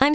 I'm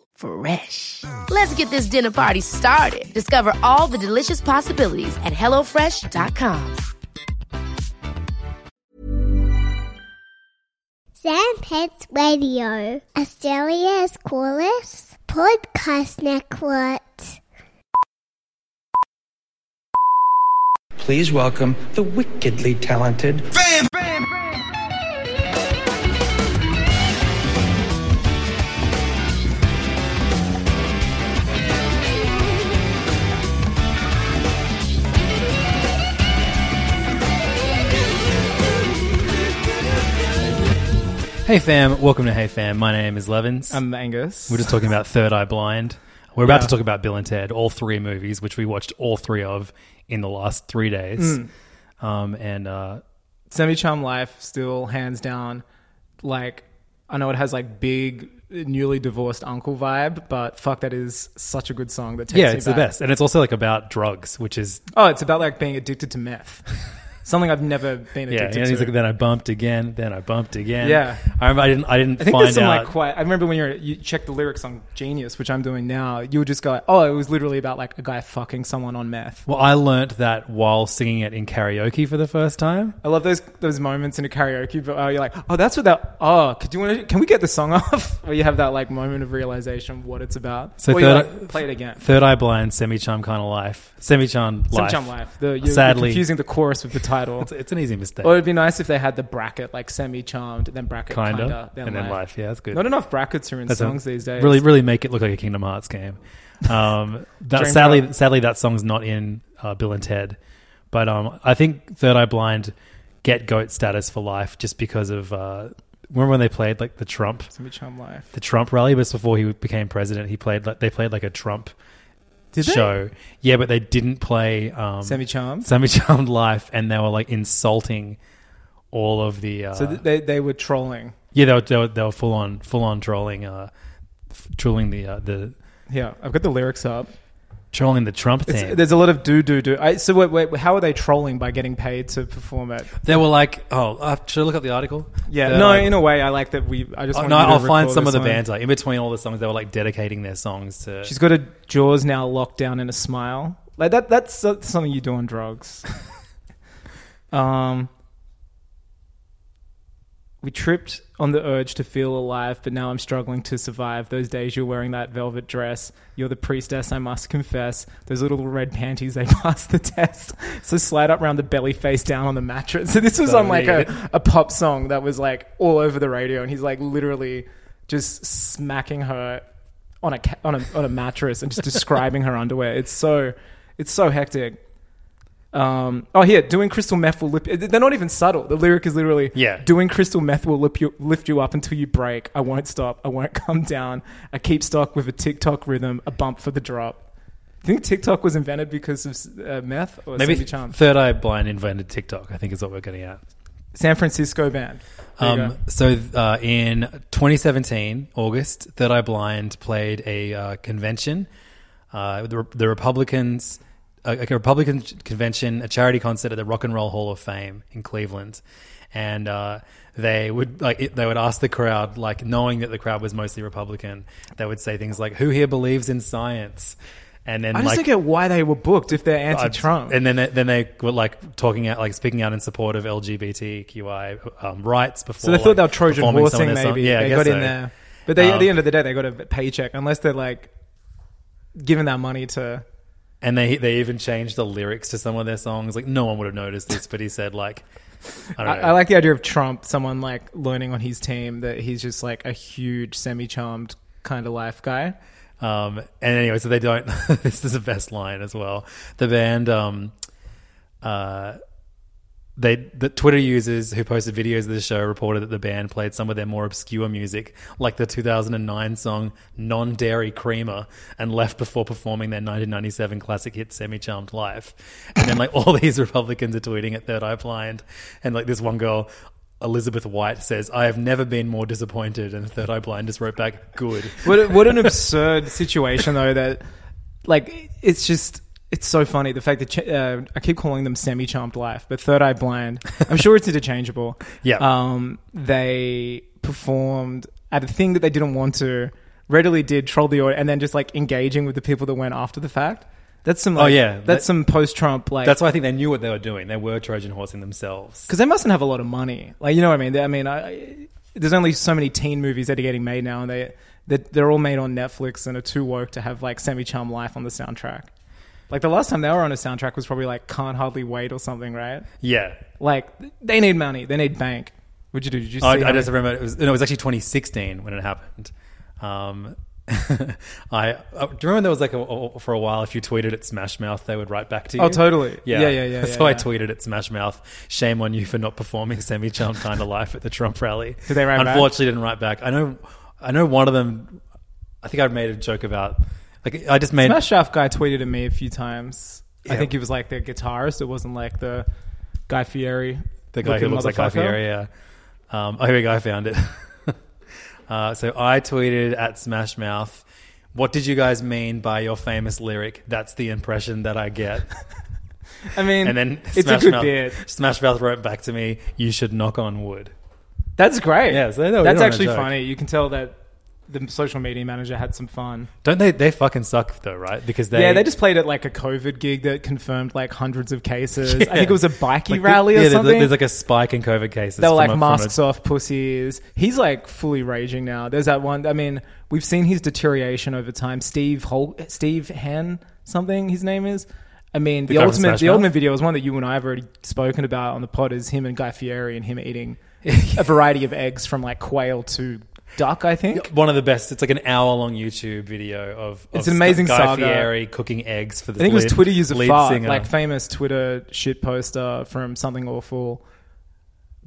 Fresh. Let's get this dinner party started. Discover all the delicious possibilities at hellofresh.com. Sam Pets Radio, Australia's coolest podcast network. Please welcome the wickedly talented. Hey fam, welcome to Hey Fam. My name is Levins. I'm Angus. We're just talking about Third Eye Blind. We're about to talk about Bill and Ted, all three movies, which we watched all three of in the last three days. Mm. Um, and uh, Semi Charm Life still hands down. Like I know it has like big newly divorced uncle vibe, but fuck that is such a good song that takes yeah, me it's the back. best. And it's also like about drugs, which is Oh, it's about like being addicted to meth. Something I've never been yeah. addicted And he's to. like, then I bumped again, then I bumped again. Yeah. I remember I didn't. I didn't I think find there's some out. like quite. I remember when you're you check the lyrics on Genius, which I'm doing now. You would just go, like, oh, it was literally about like a guy fucking someone on meth. well, I learnt that while singing it in karaoke for the first time. I love those those moments in a karaoke, but uh, you're like, oh, that's what that. Oh, could you want to? Can we get the song off? or you have that like moment of realization what it's about. So or you third- like, play it again. Third Eye Blind, Semi Chum kind of life. Semi Chum life. Semi-Chum Life. The, you're, Sadly, you're confusing the chorus with the title. it's, it's an easy mistake. or it'd be nice if they had the bracket like semi charmed, then bracket Kinda, kinda, then and then life. life. Yeah, that's good. Not enough brackets are in That's a- songs these days. Really, really make it look like a Kingdom Hearts game. Um, that, Dream sadly, job. sadly, that song's not in uh, Bill and Ted, but um, I think Third Eye Blind get goat status for life just because of. Uh, remember when they played like the Trump, semi charmed life. the Trump rally? But before he became president, he played like they played like a Trump show. Yeah, but they didn't play um, Semi charmed. Semi Charmed Life, and they were like insulting all of the. Uh, So th- they they were trolling. yeah, they were, they were, they were full on full on trolling, uh, f- trolling the uh, the Yeah, I've got the lyrics up. trolling the Trump It's, thing. There's a lot of do do do. I, so wait, wait, how are they trolling by getting paid to perform it? They were like, "Oh, uh, should I look up the article?" Yeah, They're no. like- in a way, I like that we. I just Oh, wanted no, you to I'll find record some of this the one. bands like in between all the songs. They were like dedicating their songs to. She's got a jaws now locked down in a smile. Like that. That's so- something you do on drugs. um, we tripped on the urge to feel alive, but now I'm struggling to survive. Those days you're wearing that velvet dress. You're the priestess, I must confess. Those little red panties, they passed the test. So slide up round the belly, face down on the mattress. So this was on like a, a pop song that was like all over the radio, and he's like literally just smacking her on a ca- on a on a mattress and just describing her underwear. It's so it's so hectic. Um, oh, here, doing crystal meth will lift. They're not even subtle. The lyric is literally, Yeah. doing crystal meth will lift you, lift you up until you break. I won't stop. I won't come down. I keep stock with a TikTok rhythm, a bump for the drop. Do you think TikTok was invented because of uh, meth or Maybe Sammy Charm? Third Eye Blind invented TikTok. I think is what we're getting at. San Francisco band. There you Um, go. so uh, in 2017, August, Third Eye Blind played a uh, convention. Uh, the, the Republicans, uh, like a Republican convention, a charity concert at the Rock and Roll Hall of Fame in Cleveland, and uh, they would like it, they would ask the crowd, like knowing that the crowd was mostly Republican, they would say things like, "Who here believes in science?" And then I like, just don't get why they were booked if they're uh, anti-Trump. and then they, then they were like talking out, like speaking out in support of LGBTQI um, rights before. So they like, thought they were Trojan performing some of horsing, their songs. maybe. Yeah, I they guess got so. in there, but they, at the Um, end of the day, they got a paycheck unless they're like giving that money to. and they they even changed the lyrics to some of their songs. Like no one would have noticed this, but he said like I I, don't know. I like the idea of Trump, someone like learning on his team that he's just like a huge semi-charmed kind of life guy. Um, and anyway, so they don't. this is the best line as well. The band, um, uh, they the Twitter users who posted videos of the show reported that the band played some of their more obscure music, like the 2009 song "Non Dairy Creamer," and left before performing their 1997 classic hit "Semi Charmed Life." And then, like all these Republicans are tweeting at Third Eye Blind, and like this one girl. Elizabeth White says, "I have never been more disappointed." And Third Eye Blind just wrote back, "Good." What a- what an absurd situation though that like it's just it's so funny the fact that ch- uh, I keep calling them semi-charmed life, but Third Eye Blind. I'm sure it's interchangeable. Yeah. Um, they performed at a thing that they didn't want to, readily did troll the audience, and then just like engaging with the people that went after the fact. That's some. Like, yeah. That's That- some post-Trump like. That's why I think they knew what they were doing. They were Trojan horsing themselves. because they mustn't have a lot of money. Like you know what I mean? They- I mean, I- I, there's only so many teen movies that are getting made now, and they that they're all made on Netflix and are too woke to have like semi charm life on the soundtrack. Like the last time they were on a soundtrack was probably like Can't Hardly Wait or something, right? Yeah. Like they need money, they need bank. Would you do? Did you see? I, how I many- just remember it was, no, it was actually 2016 when it happened. Um, I, I uh, do you remember there was like a, a- for a while if you tweeted at Smash Mouth they would write back to you. Oh, totally. Yeah, Yeah, yeah, yeah, So yeah, I yeah. tweeted at Smash Mouth, "Shame on you for not performing Semi Charmed Kind of Life at the Trump rally." Did they write back? Unfortunately, didn't write back. I know. I know one of them. I think I made a joke about like I just made Smash Shaft guy tweeted at me a few times. Yeah. I think he was like the guitarist. It wasn't like the Guy Fieri. The guy who looking looks like Guy motherfucker. Fieri. Yeah. Um, oh, here we go. I found it. uh, so I tweeted at Smash Mouth, "What did you guys mean by your famous lyric? That's the impression that I get." I mean, And then it's Smash a good Mouth, bit. Smash Mouth wrote back to me, "You should knock on wood." That's great. Yeah, so they know- they that's know actually no joke. funny. You can tell that the social media manager had some fun. Don't they? They fucking suck though, right? Because they yeah, they just played at like a COVID gig that confirmed like hundreds of cases. I think it was a bikie Like, rally or yeah, there's- something. There's like a spike in COVID cases. they were from like a- from a- masks off pussies. He's like fully raging now. There's that one. I mean, we've seen his deterioration over time. Steve Hol- Steve Hen something his name is. I mean, the, guy from ultimate Smash the Mouth? ultimate video is one that you and I have already spoken about on the pod. Is him and Guy Fieri and him eating a variety of eggs from like quail to duck. I think. One of the best. It's like an hour long YouTube video of, of It's an amazing Guy saga. Fieri cooking eggs for the. I think it was lead- Twitter user lead fart, singer. like famous Twitter shit poster from something awful,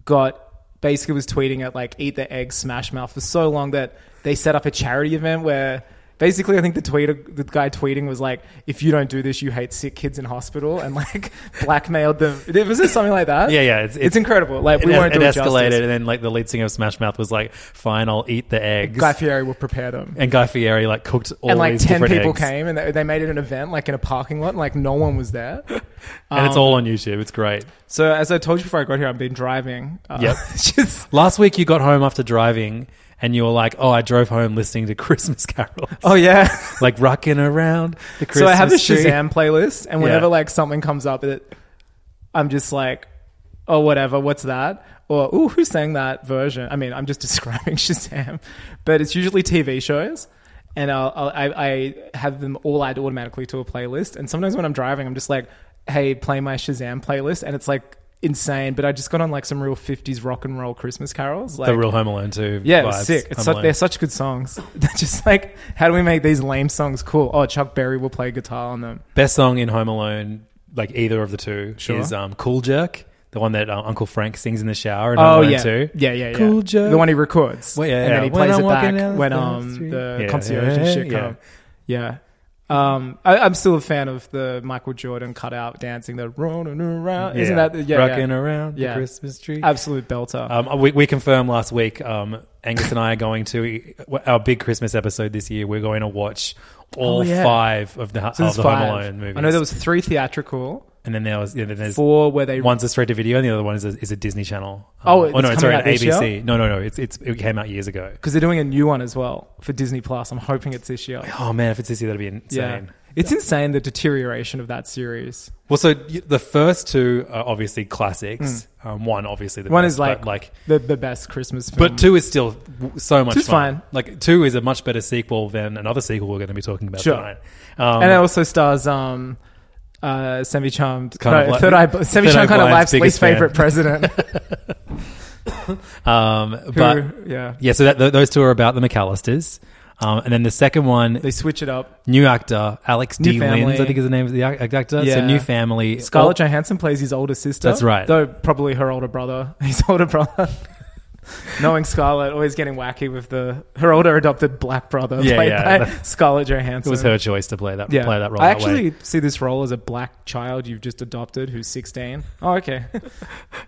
got basically was tweeting at like eat the egg Smash Mouth for so long that they set up a charity event where basically I think the tweeter the guy tweeting was like if you don't do this you hate sick kids in hospital and like blackmailed them. Was it something like that? Yeah, yeah, it's- it's, it's- incredible. Like it, we es- won't do it it escalated, justice. and then like the lead singer of Smash Mouth was like, "Fine, I'll eat the eggs." Guy Fieri will prepare them. and Guy Fieri like cooked all and like these 10 different people eggs. came and they, they made it an event like in a parking lot and like no one was there and it's Um, all on YouTube. It's great. So as I told you before I got here, I've been driving. Uh, Yep. just Last week you got home after driving, and you were like, "Oh, I drove home listening to Christmas carols." oh yeah. like rocking around the Christmas so I have a tree. Shazam playlist, and whenever Yeah. like something comes up, that I'm just like, oh whatever, what's that? Or ooh, who sang that version? I mean, I'm just describing Shazam, but it's usually TV shows. And I'll, I'll, I, I have them all add automatically to a playlist. And sometimes when I'm driving, I'm just like, "Hey, play my Shazam playlist," and it's like insane. But I just got on like some real '50s rock and roll Christmas carols, like The real Home Alone too. Yeah, it was sick. It's su- they're such good songs. They're just like, how do we make these lame songs cool? Oh, Chuck Berry will play guitar on them. Best song in Home Alone, like either of the two, Sure. is um, "Cool Jerk." The one that uh, Uncle Frank sings in the shower in Oh Home Alone yeah. 2. yeah, yeah, yeah, Cool Jerk. The one he records, Well, yeah, and then yeah. he When plays I'm it walking back down the when street. um the Yeah, concierge and yeah, shit yeah. come. Yeah, um, I, I'm still a fan of the Michael Jordan cutout dancing. The running around, isn't that? the- Yeah, rocking yeah. around Yeah. the Christmas tree? Absolute belter. Um, we, we confirmed last week. Um, Angus and I are going to our big Christmas episode this year. We're going to watch all Oh, yeah. five of the, So of there's the five. Home Alone movies. I know there was three theatrical, and then there was yeah, then there's four where they one's a straight to video, and the other one is a, is a Disney Channel. Um, Oh, it's no, coming sorry, out an this ABC. year? No, no, no. It's it's it came out years ago. because they're doing a new one as well for Disney Plus. I'm hoping it's this year. Oh man, if it's this year, that'd be insane. It's insane the deterioration of that series. Well, so y- the first two are obviously classics. Um, one obviously the Hmm. One best, is but, like like the, the best Christmas film. But two is still w- so much Two's fun. fine. Like two is a much better sequel than another sequel we're going to be talking about Sure. tonight. Um, and it also stars um uh, Semi Charmed, Kind of no, like- Third Eye, Semi Third Eye Charmed, kind of Blind's life's biggest least fan. favorite president. Um, who- but yeah, yeah, so that, th- those two are about the McAllisters. Um, and then the second one, they switch it up. new actor Alex New D. Lins, I family. think is the name of the ac- actor. So Yeah. new family. Scarlett All- Johansson plays his older sister. That's right. Though probably her older brother. His older brother. Knowing Scarlett, always getting wacky with the her older adopted black brother Yeah, played yeah. by Scarlett Johansson. it was her choice to play that Yeah, play that role. I that way. actually see this role as a black child you've just adopted who's 16. Oh, okay.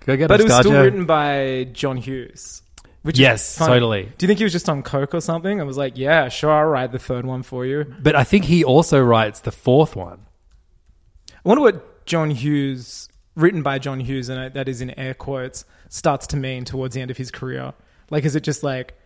Go get but us, it was still Garjo. written by John Hughes. Which Yes, is funny. totally. Do you think he was just on coke or something? I was like, yeah, sure, I'll write the third one for you. But I think he also writes the fourth one. I wonder what John Hughes, written by John Hughes, and I, that is in air quotes, starts to mean towards the end of his career. Like, is it just like,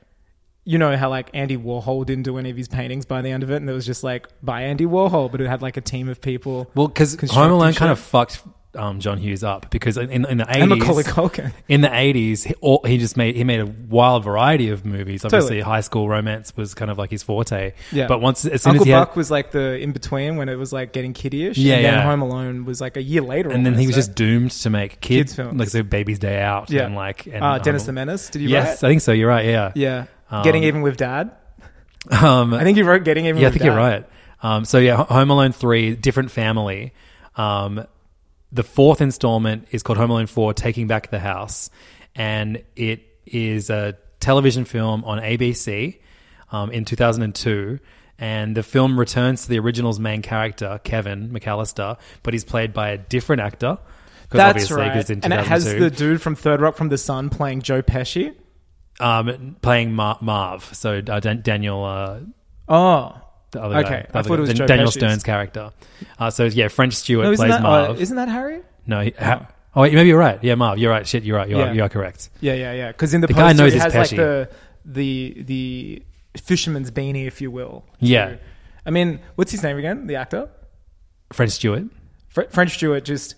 you know how like Andy Warhol didn't do any of his paintings by the end of it, and it was just like by Andy Warhol, but it had like a team of people. Well, because Home constructing Alone kind shit. of fucked um, John Hughes up because in, in the And Macaulay eighties, Culkin. in the eighties, he, all- he just made he made a wild variety of movies. Obviously, Totally. High School Romance was kind of like his forte. Yeah. But once as soon Uncle as he Buck had, was like the in between when it was like getting kiddyish. Yeah, and yeah. Then Home Alone was like a year later. and then he was almost, just eh? doomed to make kids, Kids films. like so Baby's Day Out, yeah, and like and, uh, Dennis um, the Menace. Did you? Yes, write? I think so. You're right. Yeah. Yeah, Um, Getting Even with Dad. Um, I think you wrote Getting Even. Yeah, I with think Dad. you're right. Um, so yeah, Ho- Home Alone three, different family. Um, the fourth installment is called Home Alone four, Taking Back the House, and it is a television film on ABC um, in 2002. And the film returns to the original's main character, Kevin McAllister, but he's played by a different actor. 'cause That's obviously, 'cause right. in And it has 2002, the dude from Third Rock from the Sun playing Joe Pesci. um, playing Mar- Marv, so uh, Dan- Daniel uh, Oh, the other Okay, guy. the I other thought it guy, was Dan- Joe Daniel Pesci's. Stern's character. Uh, so yeah, French Stewart no, isn't plays that, Marv. uh, isn't that Harry? no, he, ha- oh wait, maybe you're right. Yeah, Marv, you're right. Shit, you're right. You Yeah. are you are correct. Yeah, yeah, yeah. Because in the, The guy poster, knows it it's has like Pesci. the the the fisherman's beanie, if you will. Yeah. I mean, what's his name again? The actor. French Stewart. Fr- French Stewart just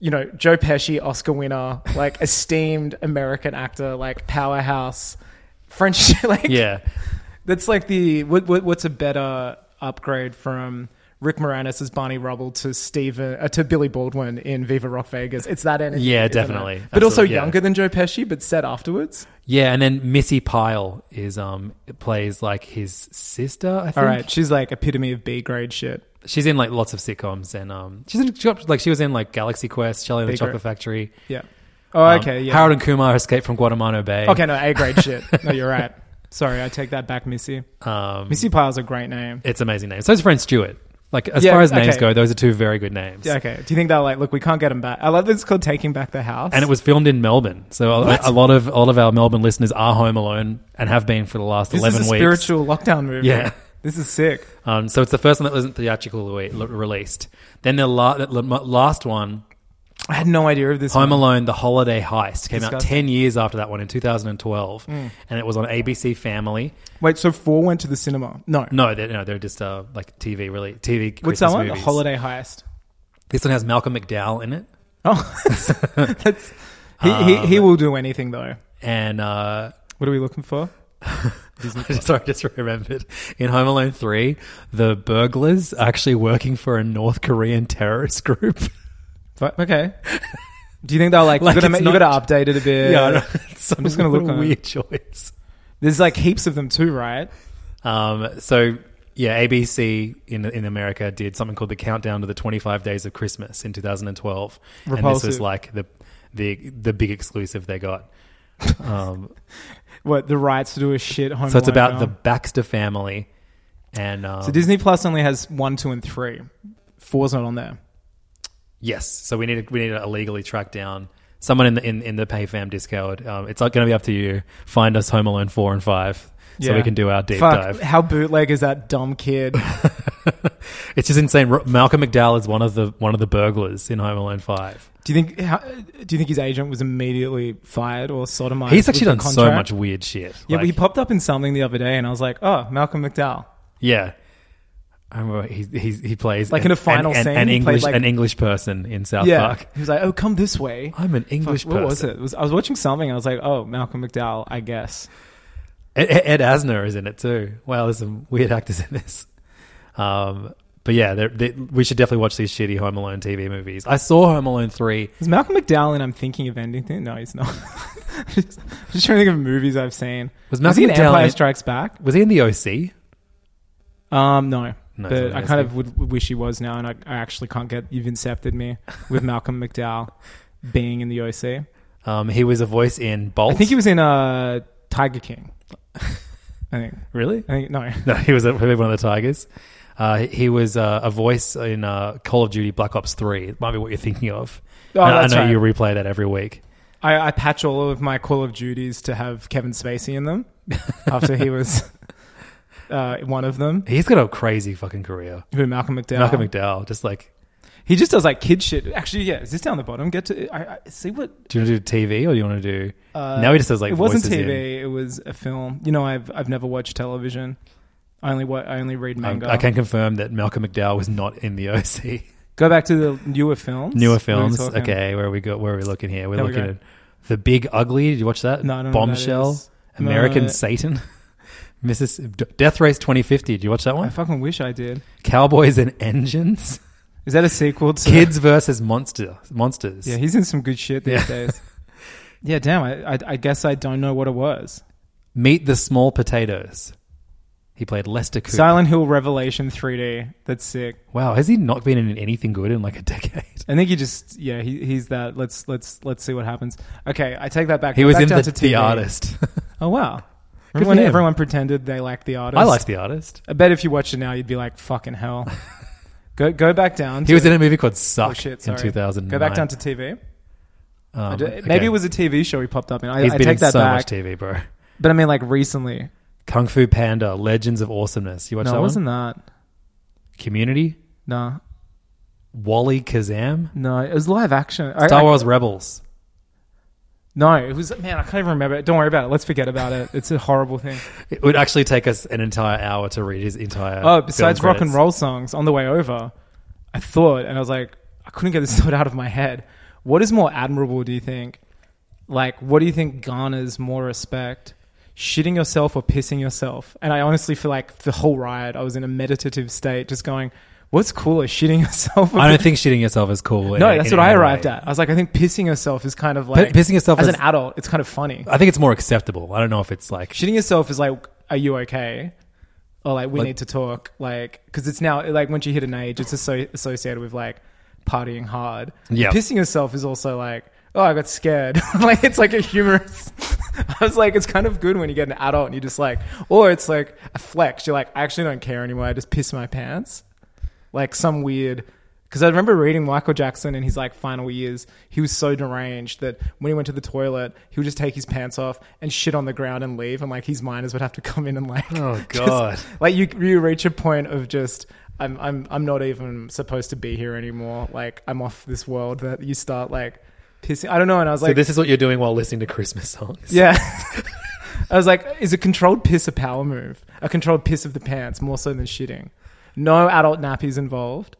you know Joe Pesci Oscar winner like esteemed American actor like powerhouse French like Yeah, that's like the what, what, what's a better upgrade from Rick Moranis as Barney Rubble to Steve uh, to Billy Baldwin in Viva Rock Vegas it's that energy Yeah, isn't it? definitely. but also Absolutely, yeah. younger than Joe Pesci but set afterwards yeah. And then Missy Pyle is um plays like his sister. I think. all right she's like epitome of B grade shit She's in like lots of sitcoms and um she's in she got- like she was in like Galaxy Quest, Charlie and the Big Chocolate Red. Factory. yeah oh Um, okay yeah Harold and Kumar Escape from Guantanamo Bay. okay no A grade shit no you're right sorry I take that back Missy Um, Missy Pyle's a great name it's an amazing name. So is French Stewart. Like as Yeah, far as names okay. go, those are two very good names. Yeah, okay. Do you think they're like, look, we can't get them back? I love that it's called Taking Back the House. and it was filmed in Melbourne. So a, a lot of a lot of our Melbourne listeners are home alone and have been for the last this eleven is a weeks. spiritual lockdown movie. Yeah. This is sick. Um, so it's the first one that wasn't theatrically re- released. Then the la- the la- last one, I had no idea of this. Home one. Alone: The Holiday Heist, came out Disgusting. Hmm. ten years after that one in 2012, and it was on ABC Family. Wait, so four went to the cinema? No. No, they're, no, they're just uh, like TV really TV. Mm, What's Christmas that one? movies. Holiday Heist. This one has Malcolm McDowell in it, Oh, that's. He, Ah, he, he will do anything, though. and uh, What are we looking for? Sorry, I just remembered. In Home Alone 3, the burglars are actually working for a North Korean terrorist group. But, okay. Do you think they're like, Like, you, gotta, it's ma- you not- gotta update it a bit? I know. It's I'm just gonna look what a on it. weird choice. There's like heaps of them, too, right? Um, so, yeah, ABC in, in America did something called the Countdown to the 25 Days of Christmas in 2012. And this was Repulsive. like the, the, the big exclusive they got. Um, What, the rights to do a shit home so it's Alone about the film? Baxter family. And um, So Disney Plus only has one, two, and three. Four's not on there. Yes. So we need to, we need to illegally track down someone in the in, in the PayFam Discord. Um, it's not going to be up to you. Find us Home Alone four and five. So we Yeah. can do our deep Fuck, dive. How bootleg is that dumb kid? It's just insane. R- Malcolm McDowell is one of the one of the burglars in Home Alone Five. Do you think? How, do you think his agent was immediately fired or sodomized? He's actually with done the so contract? much weird shit. Yeah, Like, but he popped up in something the other day, and I was like, "Oh, Malcolm McDowell." yeah. I remember he he, he plays Like in a final an, scene, an he played English like- an English person in South yeah, Park. he was like, "Oh, come this way." Ah, I'm an English Fuck, what was person. it? It was, I was watching something. I was like, "Oh, Malcolm McDowell." I guess. Ed, Ed Asner is in it too. Wow, there's some weird actors in this. Um, But yeah, they're- they, we should definitely watch these shitty Home Alone TV movies. I saw Home Alone 3. Is Malcolm McDowell? I'm thinking of anything. No, he's not. I'm just, I'm just trying to think of movies I've seen. Was he in Malcolm McDowell Empire in- Strikes Back? Was he in the OC? Um, no. No, it's but not I kind of would, would wish he was now, and I, I actually can't get. You've incepted me with Malcolm McDowell being in the OC. Um, he was a voice in Bolt. I think he was in uh, Tiger King. I think. Really? I think no. No, he was a, one of the Tigers. Uh, he was uh, a voice in uh, Call of Duty Black Ops 3. It might be what you're thinking of. Oh, And I- that's I know right. you replay that every week. I, I patch all of my Call of Duties to have Kevin Spacey in them after he was uh, one of them. He's got a crazy fucking career. Who Malcolm McDowell? Malcolm McDowell, just like, He just does like kid shit. Actually, yeah. Is this down the bottom? Get to I, I see what. do you want to do TV or do you want to do. now he just does like Uh, it wasn't voices in. TV. It was a film. You know, I've I've never watched television. I only wa- I only read Um, manga. I can confirm that Malcolm McDowell was not in the OC. go back to the newer films. What Newer are we films. talking? Okay, where are we go? Where are we looking here? We're There we looking go. at the Big Ugly. Did you watch that? No, I don't know what that Bombshell. is. American No. Satan. Mrs. D- Death Race 2050. Did you watch that I one? fucking wish I did. Cowboys and Engines. Is that a sequel to Kids versus monster monsters. Yeah, he's in some good shit these Yeah. days. Yeah, damn. I, I I guess I don't know what it was. Meet the Small Potatoes. He played Lester Cooper. Silent Hill Revelation 3D. That's sick. Wow, has he not been in anything good in like a decade? I think he just yeah he, he's that. Let's let's let's see what happens. Okay, I take that back. He Go was back in down the, to the TV. Artist. Oh wow. Good for Remember when him. everyone pretended they liked the artist? I liked The Artist. I bet if you watched it now, you'd be like, "Fucking hell." go go back down. He was in a movie called oh, Suck shit, in sorry. 2009. Go back down to TV. Um, I d- okay. Maybe it was a TV show he popped up in. I, He's I been take in that so back. much TV, bro. But I mean, like recently. Kung Fu Panda: Legends of Awesomeness. You watch no, that it one? wasn't that. Community. No, Wally Kazam. no, it was live action. I- Star I- Wars Rebels. No, it was man. I can't even remember it. Don't worry about it. Let's forget about it. It's a horrible thing. It would actually take us an entire hour to read his entire. Oh, film besides rock and credits. roll songs, on the way over, I thought, and I was like, I couldn't get this thought out of my head. What is more admirable? Do you think? Like, what do you think garners more respect? Shitting yourself or pissing yourself? And I honestly feel like the whole ride, I was in a meditative state, just going, "What's cooler, shitting yourself?" Or I don't think shitting yourself is cool. no, that's what I arrived at. I was like, I think pissing yourself is kind of like pissing yourself as is- an adult. It's kind of funny. I think it's more acceptable. I don't know if it's like shitting yourself is like, are you okay? Or like, we Like- need to talk. Like, because it's now like once you hit an age, it's asso- associated with like partying hard. Yeah. pissing yourself is also like, oh, I got scared. like, it's like a humorous. I was like, it's kind of good when you get an adult and you just like, or it's like a flex. You're like, I actually don't care anymore. I just piss my pants. Like some weird. Because I remember reading Michael Jackson in his like final years, he was so deranged that when he went to the toilet, he would just take his pants off and shit on the ground and leave, and like his miners would have to come in and like, Oh, just- God. like you you reach a point of just I'm I'm I'm not even supposed to be here anymore. Like I'm off this world. That you start like pissing. I don't know. And I was so like, this is what you're doing while listening to Christmas songs. yeah. I was like, is a controlled piss a power move? A controlled piss of the pants more so than shitting. No adult nappies involved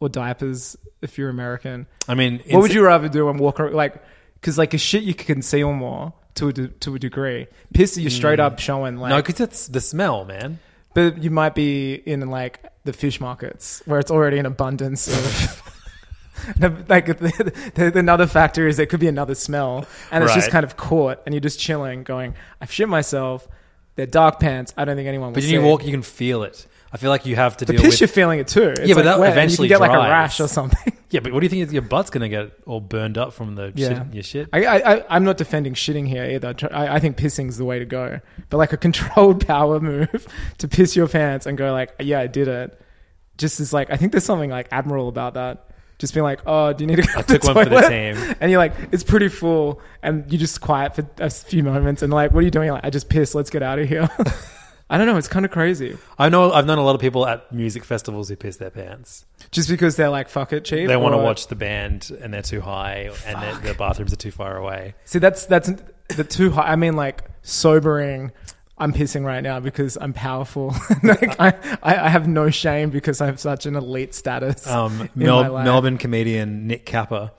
or diapers if you're American. I mean, What would you rather do and walk around? Like, because like a shit you can conceal more to a, de- to a degree. Piss you're straight up showing like. No, because it's the smell, man. But you might be in like the fish markets where it's already an abundance of. like the, the, another factor is there could be another smell, and it's just Right. kind of caught, and you're just chilling, going, "I've shit myself." They're dark pants. I don't think anyone. Will But when you see." walk, you can feel it. I feel like you have to the deal piss. You're with. feeling it too. It's Yeah, but like that wet, and eventually you can get like a dries. rash or something. Yeah, but what do you think? is- Your butt's gonna get all burned up from the Yeah, shit, your shit. I, I, I, I'm not defending shitting here either. Tr- I, I think pissing's the way to go, but like a controlled power move to piss your pants and go like, yeah, I did it. Just is like, I think there's something like admirable about that. Just being like, oh, do you need to? Go I to took one for the toilet?" team. and you're like, it's pretty full, and you just quiet for a few moments, and like, what are you doing? You're like, I just pissed. Let's get out of here. I don't know. It's kind of crazy, I know I've known a lot of people at music festivals who piss their pants. just because they're like, fuck it, chief. They want to or- watch the band and they're too high and their- their bathrooms are too far away. See, that's that's the too high. I mean, like sobering. I'm pissing right now because I'm powerful. like I, I, I have no shame because I have such an elite status. Um, in my Mel- life. Melbourne comedian Nick Kappa.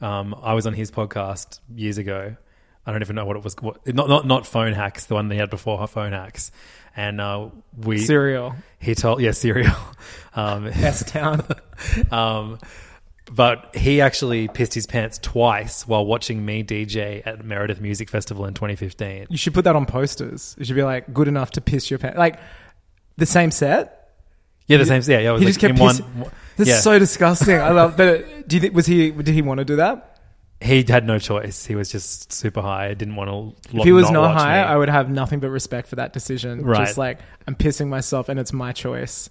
Um, I was on his podcast years ago. I don't even know what it was. What, not not not phone hacks. The one they had before phone hacks, and uh, we Serial. he told yeah cereal um, S Town. um, but he actually pissed his pants twice while watching me DJ at Meredith Music Festival in 2015. you should put that on posters. It should be like good enough to piss your pants. Like the same set. Yeah, the same. Yeah, yeah. I was He like just kept in one. pissing- one- That's yeah. so disgusting. I love. But it, do you think was he? Did he want to do that? he had no choice. He was just super high. Didn't want to. If he was not, high, I would have nothing but respect for that decision. Right. Just like I'm pissing myself, and it's my choice.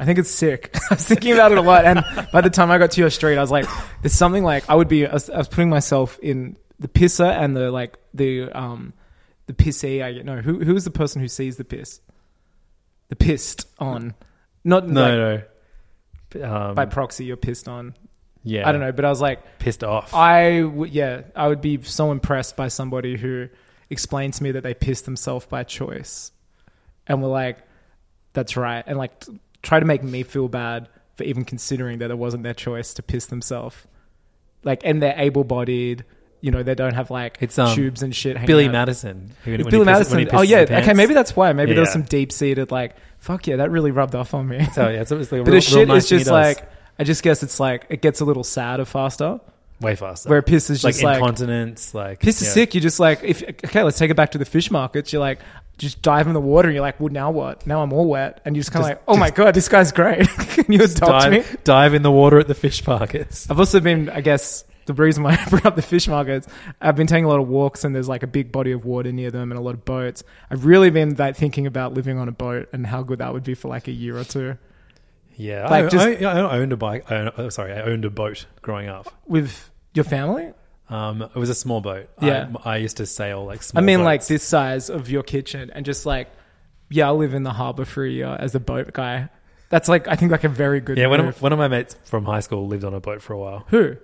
I think it's sick. I was thinking about it a lot, and by the time I got to your street, I was like, "There's something like I would be." I was, I was putting myself in the pisser and the like the um the pissee. I no, who who is the person who sees the piss? The pissed on, not like, No, no. Um, by proxy. You're pissed on. yeah, I don't know, but I was like, Pissed off. I would, yeah, I would be so impressed by somebody who explained to me that they pissed themselves by choice, and were like, "That's right," and like t- try to make me feel bad for even considering that it wasn't their choice to piss themselves. Like, and they're able-bodied. You know, they don't have like It's, um, tubes and shit. hanging Billy out. Madison. who- when It's he Billy pisses- when he Madison. pisses Oh his yeah. Okay, pants. maybe that's why. Maybe Yeah, there was yeah. some deep-seated like, "Fuck yeah, that really rubbed off on me." So, yeah, it's, it's like a But real- the shit real nice is thing he just does. like I just guess it's like it gets a little sadder faster. way faster. where piss is just like- incontinence. Like Piss is yeah. sick. You just like if okay, let's take it back to the fish markets. You're like just dive in the water and you're like, well, now what? Now I'm all wet, and you're just kind of like, oh my god, this guy's great. Can you adopt me? Dive, dive in the water at the fish markets. I've also been, I guess, the reason why I bring up the fish markets, I've been taking a lot of walks and there's like a big body of water near them and a lot of boats. I've really been like thinking about living on a boat and how good that would be for like a year or two. Yeah, Like, I, just- I, yeah, I owned a bike. I own, oh, sorry, I owned a boat growing up. With your family? Um, it was a small boat. Yeah. I, I used to sail like I small. mean, like boats. this size of your kitchen, and just like, yeah, I'll live in the harbor for a year as a boat guy. That's like, I think like a very good. yeah. One move. of, one of my mates from high school lived on a boat for a while. who?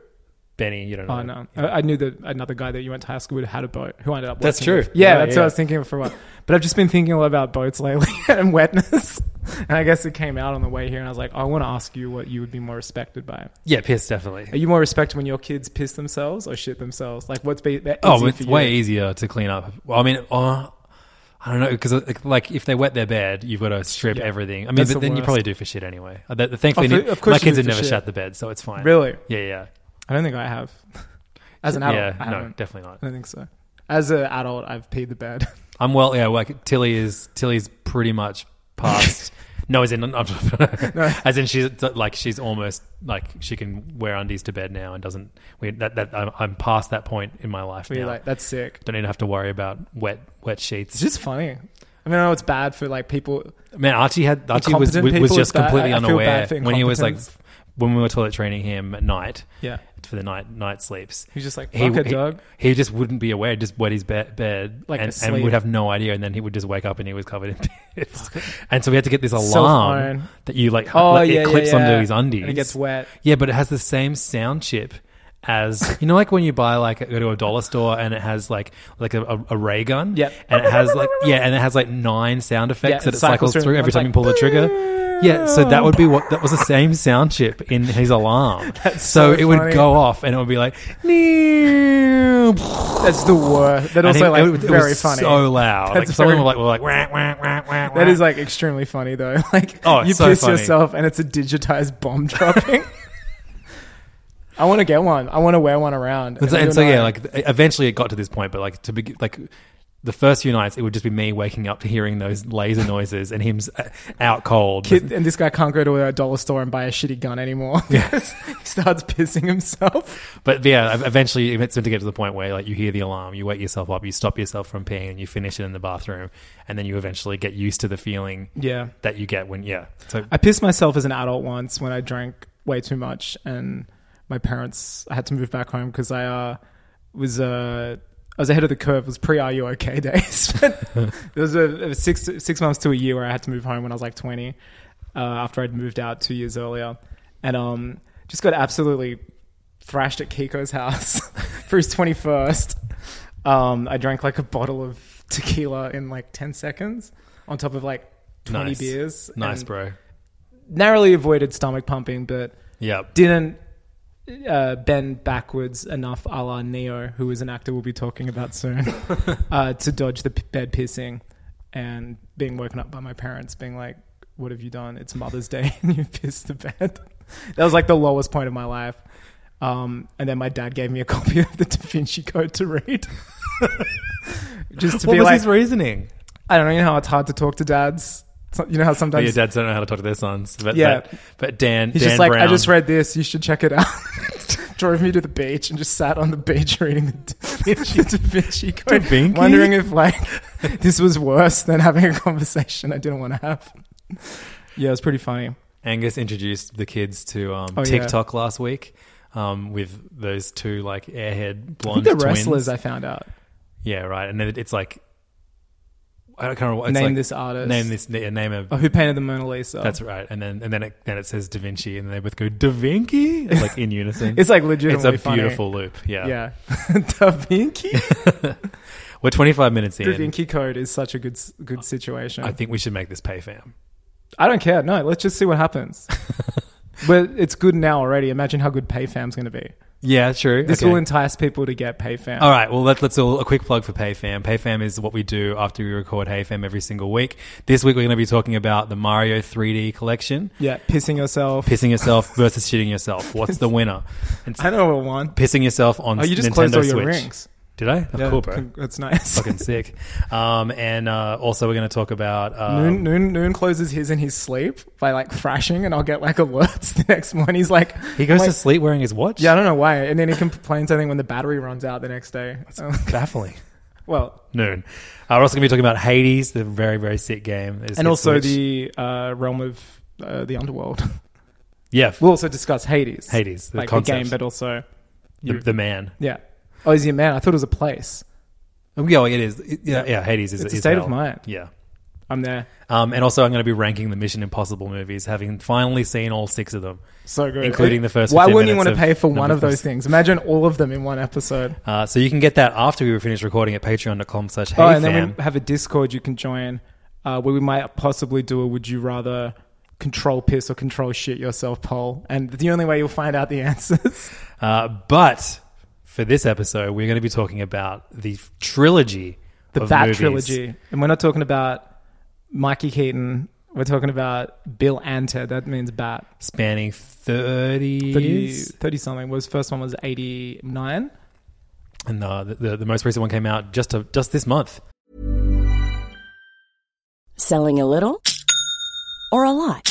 Benny, you don't know. Oh no, I, I knew that another guy that you went to high school with had a boat. Who I ended up? That's working true. with. Yeah, Yeah, that's what yeah. I was thinking of for a while. But I've just been thinking a lot about boats lately and wetness. And I guess it came out on the way here, and I was like, I want to ask you what you would be more respected by. Yeah, piss Are definitely. you more respected when your kids piss themselves or shit themselves? Like, what's be that Oh, easy it's for you? way easier to clean up. Well, I mean, uh, I don't know because like if they wet their bed, you've got to strip Yeah. everything. I mean, That's but the then you worst. probably do for shit anyway. Uh, th- Thankfully, Oh, for- of course my you kids do have for never shit. shat the bed, so it's fine. Really? Yeah, yeah. I don't think I have. As an adult, yeah, I no, haven't. definitely not. I don't think so. As an adult, I've peed the bed. I'm well. Yeah, like Tilly is. Tilly's pretty much past. no, as in, I'm, as in, she's like she's almost like she can wear undies to bed now and doesn't. We that that I'm, I'm past that point in my life But you're now. like, that's sick. Don't even have to worry about wet wet sheets. It's just funny. I mean, I know it's bad for like people. Man, Archie had Archie was Incompetent was was people just is bad. completely I- I feel unaware bad for when he was like incompetence. when we were toilet training him at night. Yeah. For the night night sleeps, He's just like, "Fuck it, dog." He, just wouldn't be aware. Just wet his be- bed, Like and, and asleep. would have no idea. And then he would just wake up and he was covered in piss. and so we had to get this Self-iron. alarm that you like, Oh, like it yeah, yeah, clips onto yeah. his undies And it gets wet. Yeah, but it has the same sound chip as you know, like when you buy like go to a dollar store and it has like like a, a, a ray gun. Yep. and it has like yeah, and it has like nine sound effects Yeah, that it it cycles cycles through, through. every It's time like, you pull the trigger. Yeah, so that would be what that was the same sound chip in his alarm. so, so it would funny. go off and it would be like, that That's the worst. That also like very funny. so loud. Like That's someone very- were like, were like, wah, wah, wah, wah, wah. that is like extremely funny though. Like Oh, it's you so piss funny. yourself and it's a digitized bomb dropping. I want to get one. I want to wear one around. And so, it'll and so be yeah, annoying. like eventually it got to this point, but like to be like the first few nights, it would just be me waking up to hearing those laser noises and him s- uh, out cold. Kid, and this guy can't go to a dollar store and buy a shitty gun anymore. Yes, he starts pissing himself. But yeah, ev- eventually it's meant to get to the point where like you hear the alarm, you wake yourself up, you stop yourself from peeing, and you finish it in the bathroom, and then you eventually get used to the feeling Yeah, that you get when yeah. So I pissed myself as an adult once when I drank way too much, and my parents. I had to move back home because I uh, was uh, I was ahead of the curve. It was pre Are You Okay days. But there was a, a six six months to a year where I had to move home when I was like twenty, uh, after I'd moved out two years earlier, and um, just got absolutely thrashed at Kiko's house for his twenty first. Um, I drank like a bottle of tequila in like ten seconds, on top of like twenty nice. beers. nice, and- bro. narrowly avoided stomach pumping, but Yeah, didn't uh, bend backwards enough, a la Neo, who is an actor we'll be talking about soon, uh, to dodge the p- bed pissing and being woken up by my parents, being like, What have you done? It's Mother's Day and you pissed the bed. that was like the lowest point of my life. Um, and then my dad gave me a copy of the Da Vinci Code to read. Just to what be was like, his reasoning? I don't know, you know how it's hard to talk to dads. So- You know how But your sometimes dads don't know how to talk to their sons. But Yeah. that- but Dan, He's Dan just like, Brown, I just read this. You should check it out. Drove me to the beach and just sat on the beach reading the Da Vinci, da Vinci Code, Da Vinci? wondering if like this was worse than having a conversation I didn't want to have. Yeah, it's pretty funny. Angus introduced the kids to um, Oh, yeah. TikTok last week um, with those two like airhead I think blonde they're twins. wrestlers. I found out. yeah, right. And then it- it's like I don't can't remember. what- It's Name like, this artist. Name this. na- Name a. Oh, who painted the Mona Lisa? That's right. And then and then it then it says Da Vinci, and they both go Da Vinci, It's like in unison. It's like it's legitimately a funny. beautiful loop. Yeah. Yeah, Da Vinci. We're 25 minutes in. da Vinci Code is such a good s- good situation. I think we should make this pay, fam. I don't care. No, let's just see what happens. but it's good now already. Imagine how good PayFam's going to be. Yeah, true. This Okay. Oh. will entice people to get PayFam. All right. Well, let's, let's all a quick plug for PayFam. PayFam is what we do after we record HeyFam every single week. This week we're going to be talking about the Mario 3D collection. Yeah, pissing yourself. Pissing yourself versus shitting yourself. What's the winner? It's I know what one. pissing yourself on Oh, you just Nintendo closed all your Switch. rings. Did I? Oh, Yeah, cool, bro. con- That's nice. Fucking sick. Um, and uh, also we're going to talk about um, Noon, Noon, Noon closes his in his sleep by like thrashing, and I'll get like alerts the next morning. He's like, he goes I'm to like, sleep wearing his watch. Yeah, I don't know why. And then he complains, I think, when the battery runs out the next day. Um, baffling. well, Noon. Uh, we're also going to be talking about Hades, the very very sick game, It's- it's and also Switch. the uh, realm of uh, the underworld. yeah We'll also discuss Hades. Hades, the like concept. the game, but also the, the man. yeah. Oh, is he a man? I thought it was a place. Yeah, well, it is. It- yeah, yeah, Hades is It's is a state of hell. mind. Yeah. I'm there. Um, and also, I'm going to be ranking the Mission Impossible movies, having finally seen all six of them. So good, Including the first Why 15 wouldn't you want to minutes of pay for one number of those plus. things? Imagine all of them in one episode. Uh, so you can get that after we were finished recording at patreon.com slash hey oh, and then fam. we have a Discord you can join uh, where we might possibly do a would you rather control piss or control shit yourself poll. And the only way you'll find out the answers. Uh, but for this episode, we're going to be talking about the trilogy. The of Bat movies. trilogy. And we're not talking about Mikey Keaton. We're talking about Bill Ante. That means Bat. Spanning 30, 30, years. 30 something. Was first one was 89. And uh, the, the, the most recent one came out just, a, just this month. Selling a little or a lot?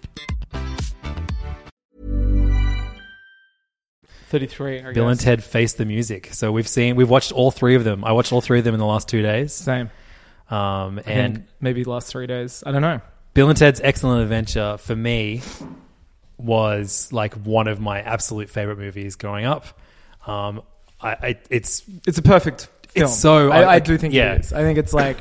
33, I Bill and guess. Ted Face the Music. So we've seen, we've watched all three of them. I watched all three of them in the last two days. Same. Um, and And maybe the last three days. I don't know. Bill and Ted's Excellent Adventure for me was like one of my absolute favorite movies growing up. Um, I, I it's It's a perfect film. It's so- I, I, I- do think yeah. it is. I think it's like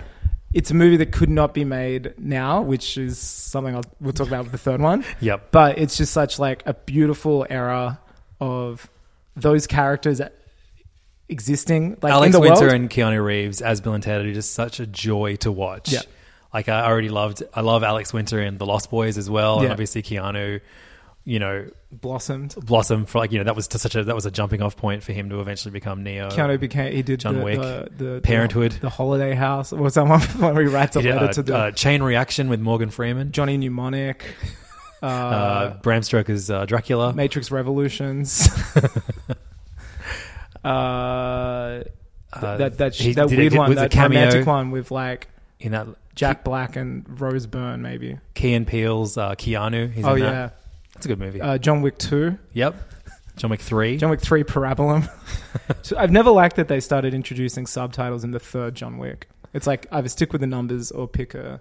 it's a movie that could not be made now, which is something I'll, we'll talk about with the third one. Yep. But it's just such like a beautiful era of those characters existing like in Alex the Winter world. and Keanu Reeves as Bill and Ted are just such a joy to watch. Yeah. Like I already loved, I love Alex Winter and The Lost Boys as well, and Yeah. obviously Keanu. You know, blossomed. blossom for like you know that was to such a that was a jumping off point for him to eventually become Neo. Keanu became he did John the, Wick, the, the Parenthood. the, Holiday House, or someone when he writes a He did, letter uh, to the uh, Chain Reaction with Morgan Freeman, Johnny Mnemonic, uh, uh, Bram Stoker's uh, Dracula. Matrix Revolutions. uh, Uh, that that he sh- that did weird it one, with a that cameo. romantic one with like in that Jack Black and Rose Byrne, maybe. Key and Peele's uh, Keanu. He's oh in yeah, that. that's a good movie. uh, John Wick two, yep, John Wick three. John Wick three Parabolum. so I've never liked that they started introducing subtitles in the third John Wick. It's like either stick with the numbers or pick a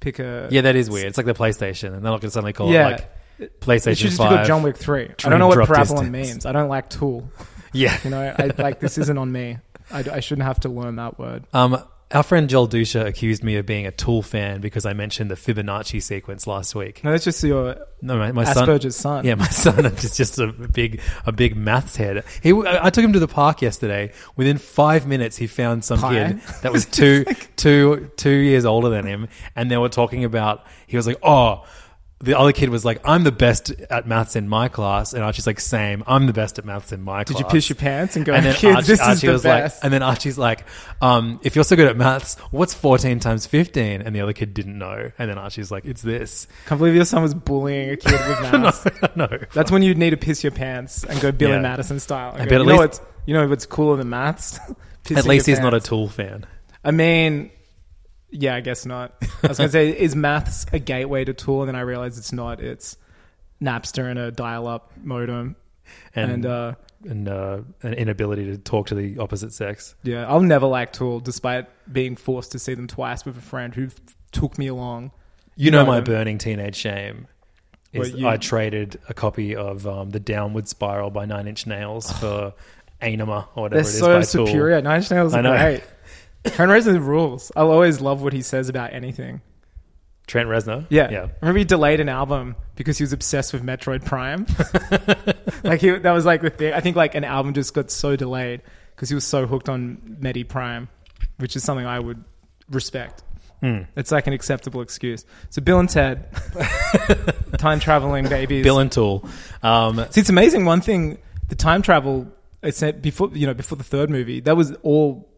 pick a yeah, that is weird. It's like the PlayStation, and they're not going to suddenly call Yeah. it like PlayStation It should just be Five. called John Wick three. I Dream don't know what drop Parabolum distance. means. I don't like tool. Yeah, You know, I like this isn't on me. I, I shouldn't have to learn that word. Um, our friend Joel Dusha accused me of being a Tool fan because I mentioned the Fibonacci sequence last week. No, that's just your No, my, my Asperger's son. Yeah, my son is just a big, a big maths head. He, I I took him to the park yesterday. Within five minutes, he found some Pi. kid that was two, two, two years older than him, and they were talking about. He was like, "Oh." The other kid was like, "I'm the best at maths in my class," and Archie's like, "Same, I'm the best at maths in my Did class." you piss your pants and go, then "Kids, Arch- this is the was best." Like, and then Archie's like, um, "If you're so good at maths, what's 14 times 15?" And the other kid didn't know. And then Archie's like, "It's this." Can't believe your son was bullying a kid with maths. no, That's when you'd need to piss your pants and go Billy Yeah. Madison style. And I go, bet you at know least- what's you know what's cooler than maths? Pissing at least your he's not a pants. Tool fan. I mean, yeah, I guess not. I was gonna say, is maths a gateway to Tool? And then I realized it's not. It's Napster and a dial-up modem. And- And, uh, and uh, an inability to talk to the opposite sex. yeah, I'll never like Tool, despite being forced to see them twice with a friend who f- took me along. You know No. my burning teenage shame. Is Well, you- I traded a copy of um, the Downward Spiral by Nine Inch Nails for Anima or whatever They're it is so by Tool. superior. Nine Inch Nails I are know. great. Trent Reznor rules. I'll always love what he says about anything. Trent Reznor. Yeah. yeah. Remember he delayed an album because he was obsessed with Metroid Prime? like he, that was like the thing. I think like an album just got so delayed because he was so hooked on Medi Prime, which is something I would respect. It's like an acceptable excuse. So Bill and Ted, time traveling babies. Bill and Tool. Um, See, it's amazing. One thing, the time travel. It's that before you know before the third movie. That was all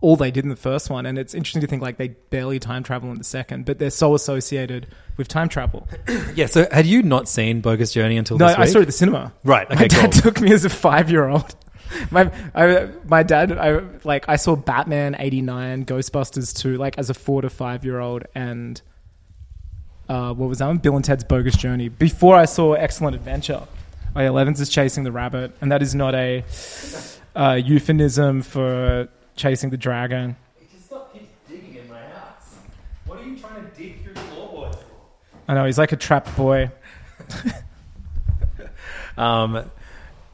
all they did in the first one, and it's interesting to think like they barely time travel in the second, but they're so associated with time travel. yeah. So had you not seen Bogus Journey until No, this I week? saw it at the cinema. Right, okay, my dad cool. took me as a five year old. My I, my dad, I like I saw Batman eighty nine, Ghostbusters two, like as a four to five year old, and uh, what was that? One? Bill and Ted's Bogus Journey. Before I saw Excellent Adventure. Oh yeah, Levins is chasing the rabbit, and that is not a uh, euphemism for chasing the dragon. I know he's like a trapped boy. Um,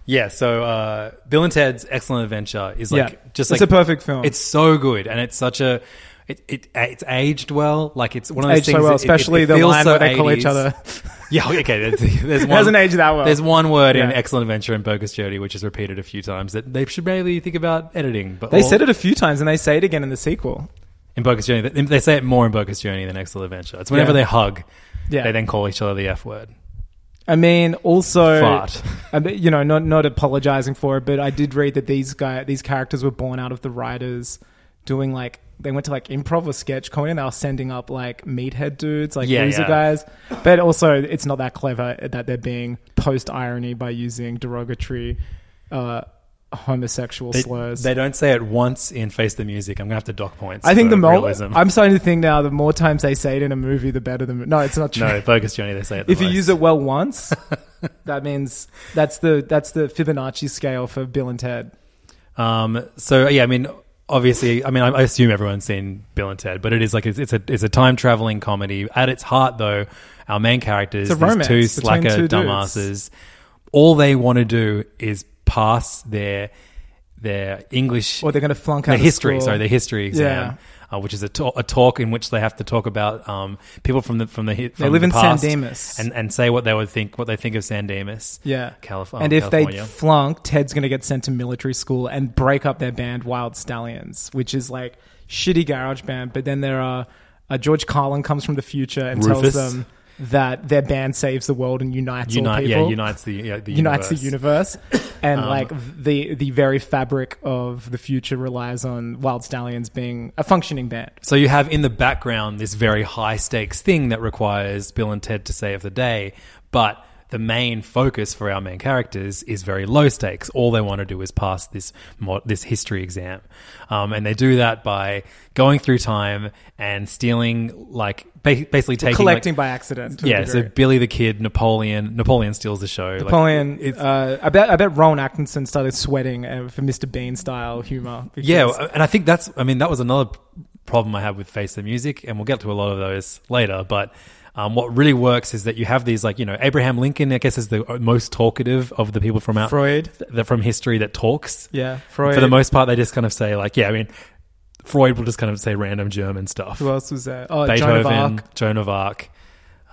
yeah. So uh, Bill and Ted's Excellent Adventure is like yeah, just it's like a perfect film. It's so good, and it's such a it, it it's aged well. Like it's one of those aged things. so well, that it- it- especially it the feels line so where they call 80s. each other. Yeah, okay. There's, there's one, Hasn't aged that well. There's one word in Yeah. Excellent Adventure and Bogus Journey which is repeated a few times that they should maybe think about editing. But They all- said it a few times, and they say it again in the sequel. in Bogus Journey. They they say it more in Bogus Journey than Excellent Adventure. It's whenever Yeah. they hug, Yeah. they then call each other the F word. I mean, also, Fart. I mean, you know, not not apologizing for it, but I did read that these guy these characters were born out of the writers doing like they went to like improv or sketch comedy, and they were sending up like meathead dudes, like Yeah, loser yeah. guys. But also, it's not that clever that they're being post irony by using derogatory. Uh, homosexual They, slurs. they don't say it once in Face the Music. I'm gonna have to dock points. I think for the more realism. I'm starting to think now, the more times they say it in a movie, the better. The mo- no, it's not true. no Bogus Journey. They say it. The if you most. use it well once, that means that's the that's the Fibonacci scale for Bill and Ted. Um, so yeah, I mean, obviously, I mean, I, I assume everyone's seen Bill and Ted, but it is like it's, it's a it's a time traveling comedy. At its heart, though, our main characters, It's a these romance two between slacker two dudes. dumbasses, all they want to do is pass their their English Or they're going to flunk out their of history. school. Sorry, their history exam. Yeah. Uh, which is a, ta- a talk in which they have to talk about um, people from the from the hi- from live the in San past Dimas. and and say what they would think what they think of San Dimas. Yeah. Calif- oh, uh, and if California. they flunk, Ted's going to get sent to military school and break up their band Wild Stallions, which is like shitty garage band. But then there are uh, George Carlin comes from the future and Rufus. tells them that their band saves the world and unites all Unite, people. yeah, unites the yeah, the unites universe. Um, the universe, and like the the very fabric of the future relies on Wild Stallions being a functioning band. So you have in the background this very high stakes thing that requires Bill and Ted to save the day, but the main focus for our main characters is very low stakes. All they want to do is pass this mod- this history exam, um, and they do that by going through time and stealing, like ba- basically taking collecting like- by accident. to a Yeah, so degree. Billy the Kid, Napoleon. Napoleon steals the show. like, Napoleon. uh, I bet. I bet Rowan Atkinson started sweating uh, for Mr. Bean style humor. because- Yeah, and I think that's. I mean, that was another problem I had with Face the Music, and we'll get to a lot of those later. But um, what really works is that you have these, like you know, Abraham Lincoln. I guess is the most talkative of the people from out Freud. that from history that talks. Yeah, Freud. For the most part, they just kind of say like, yeah. I mean, Freud will just kind of say random German stuff. Who else was there? Oh, Joan of Beethoven, um, Arc. Joan of Arc,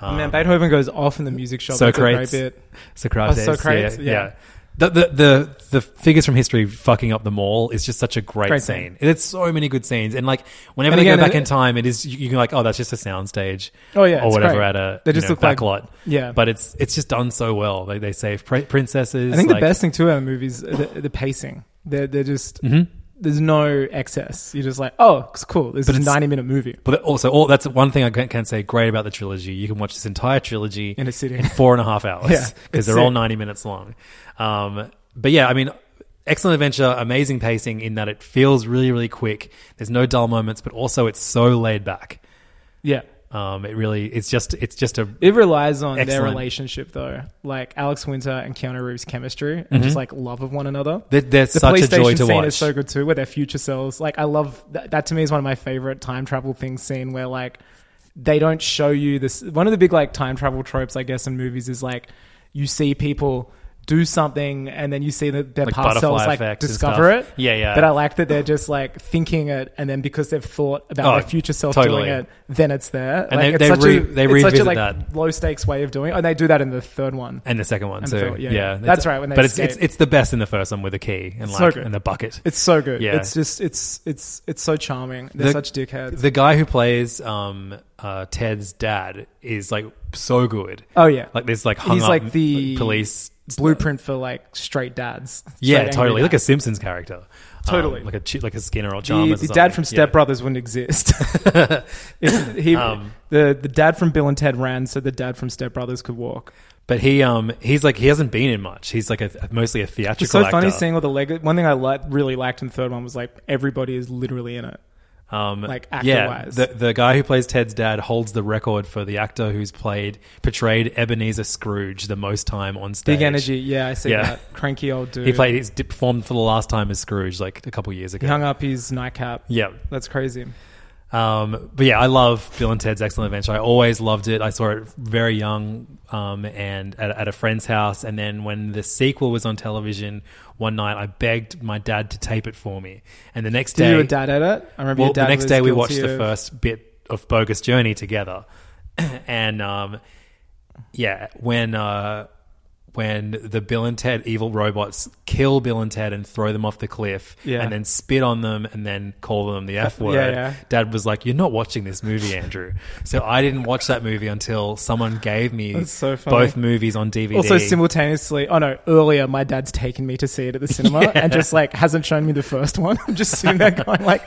Man, Beethoven goes off in the music shop. That's a great Socrates, bit. Socrates. Oh, Socrates, yeah. yeah. yeah. The, the, the the figures from history fucking up the mall is just such a great, Great scene. scene. It's so many good scenes, and like whenever And they go again, back in it- time, it is you you can like oh that's just a soundstage, Oh, yeah, or it's whatever great. at a They you just know, look like- back lot, yeah. But it's it's just done so well. They they save pr- princesses. I think the like- best thing too about the movies the, the pacing. They're they're just Mm-hmm. there's no excess. You're just like, oh, it's cool. This But is a it's- 90 minute movie. But also, all that's one thing I can, can say great about the trilogy. You can watch this entire trilogy In a sitting. in four and a half hours Yeah, because it's they're all sick. ninety minutes long. Um, but yeah, I mean, excellent adventure, amazing pacing in that it feels really, really quick. There's no dull moments, but also it's so laid back. Yeah, Um, it really, it's just, it's just a it relies on their Excellent. relationship though, like Alex Winter and Keanu Reeves' chemistry and Mm-hmm. just like love of one another. they're, they're the such a PlayStation joy to scene watch. is so good too, where their future selves. Like, I love that, that. To me, is one of my favorite time travel things. Scene where like they don't show you this. One of the big like time travel tropes, I guess, in movies is like you see people do something and then you see that their Like past selves butterfly like effect and discover it. stuff. Yeah, yeah. But I like that they're just like thinking it, and then because they've thought about Oh, their future self totally. doing it, then it's there. And like, they- it's they such re- a, they it's such a revisit like that. low stakes way of doing. it. And they do that in the third one. and the second one And too. the third- yeah, yeah, yeah. It's- That's right, when they but it's, it's escape. it's the best in the first one with the key and It's so like good. and the bucket. It's so good. Yeah. It's just it's it's it's so charming. They're The- such dickheads. The guy who plays um, uh, Ted's dad is like so good. oh yeah. Like there's like hung he's up like the police. blueprint for like straight dads. Yeah, Straight angry totally. Like a dads. Simpsons character. Um, Totally. like a chi- like a Skinner or the, Chalmers. the or dad something. from Step Yeah. Brothers wouldn't exist. If he, Um, the the dad from Bill and Ted ran so the dad from Step Brothers could walk. But he um he's like he hasn't been in much. He's like a, mostly a theatrical. It's so funny actor. seeing all the Lego. One thing I li- really liked in the third one was like everybody is literally in it. Um, like, yeah, actor-wise. the the guy who plays Ted's dad holds the record for the actor who's played portrayed Ebenezer Scrooge the most time on stage. Big energy. Yeah, I see Yeah. that. Cranky old dude. He played he's dip- performed for the last time as Scrooge like a couple years ago. He hung up his nightcap. Yeah. That's crazy. Um, but yeah, I love Bill and Ted's Excellent Adventure. I always loved it. I saw it very young um, and at, at a friend's house. And then when the sequel was on television one night, I begged my dad to tape it for me. And the next Did day, your dad edit? I remember well, your dad the next was day we guilty watched the of- first bit of Bogus Journey together, and um, yeah, when uh, when the Bill and Ted evil robots kill Bill and Ted and throw them off the cliff, Yeah. and then spit on them and then call them the F word. yeah. Dad was like, "You're not watching this movie, Andrew." so I didn't watch that movie until someone gave me That's so funny. both movies on DVD. Also, simultaneously, oh no, earlier my dad's taken me to see it at the cinema and just like hasn't shown me the first one. I'm just sitting there going like,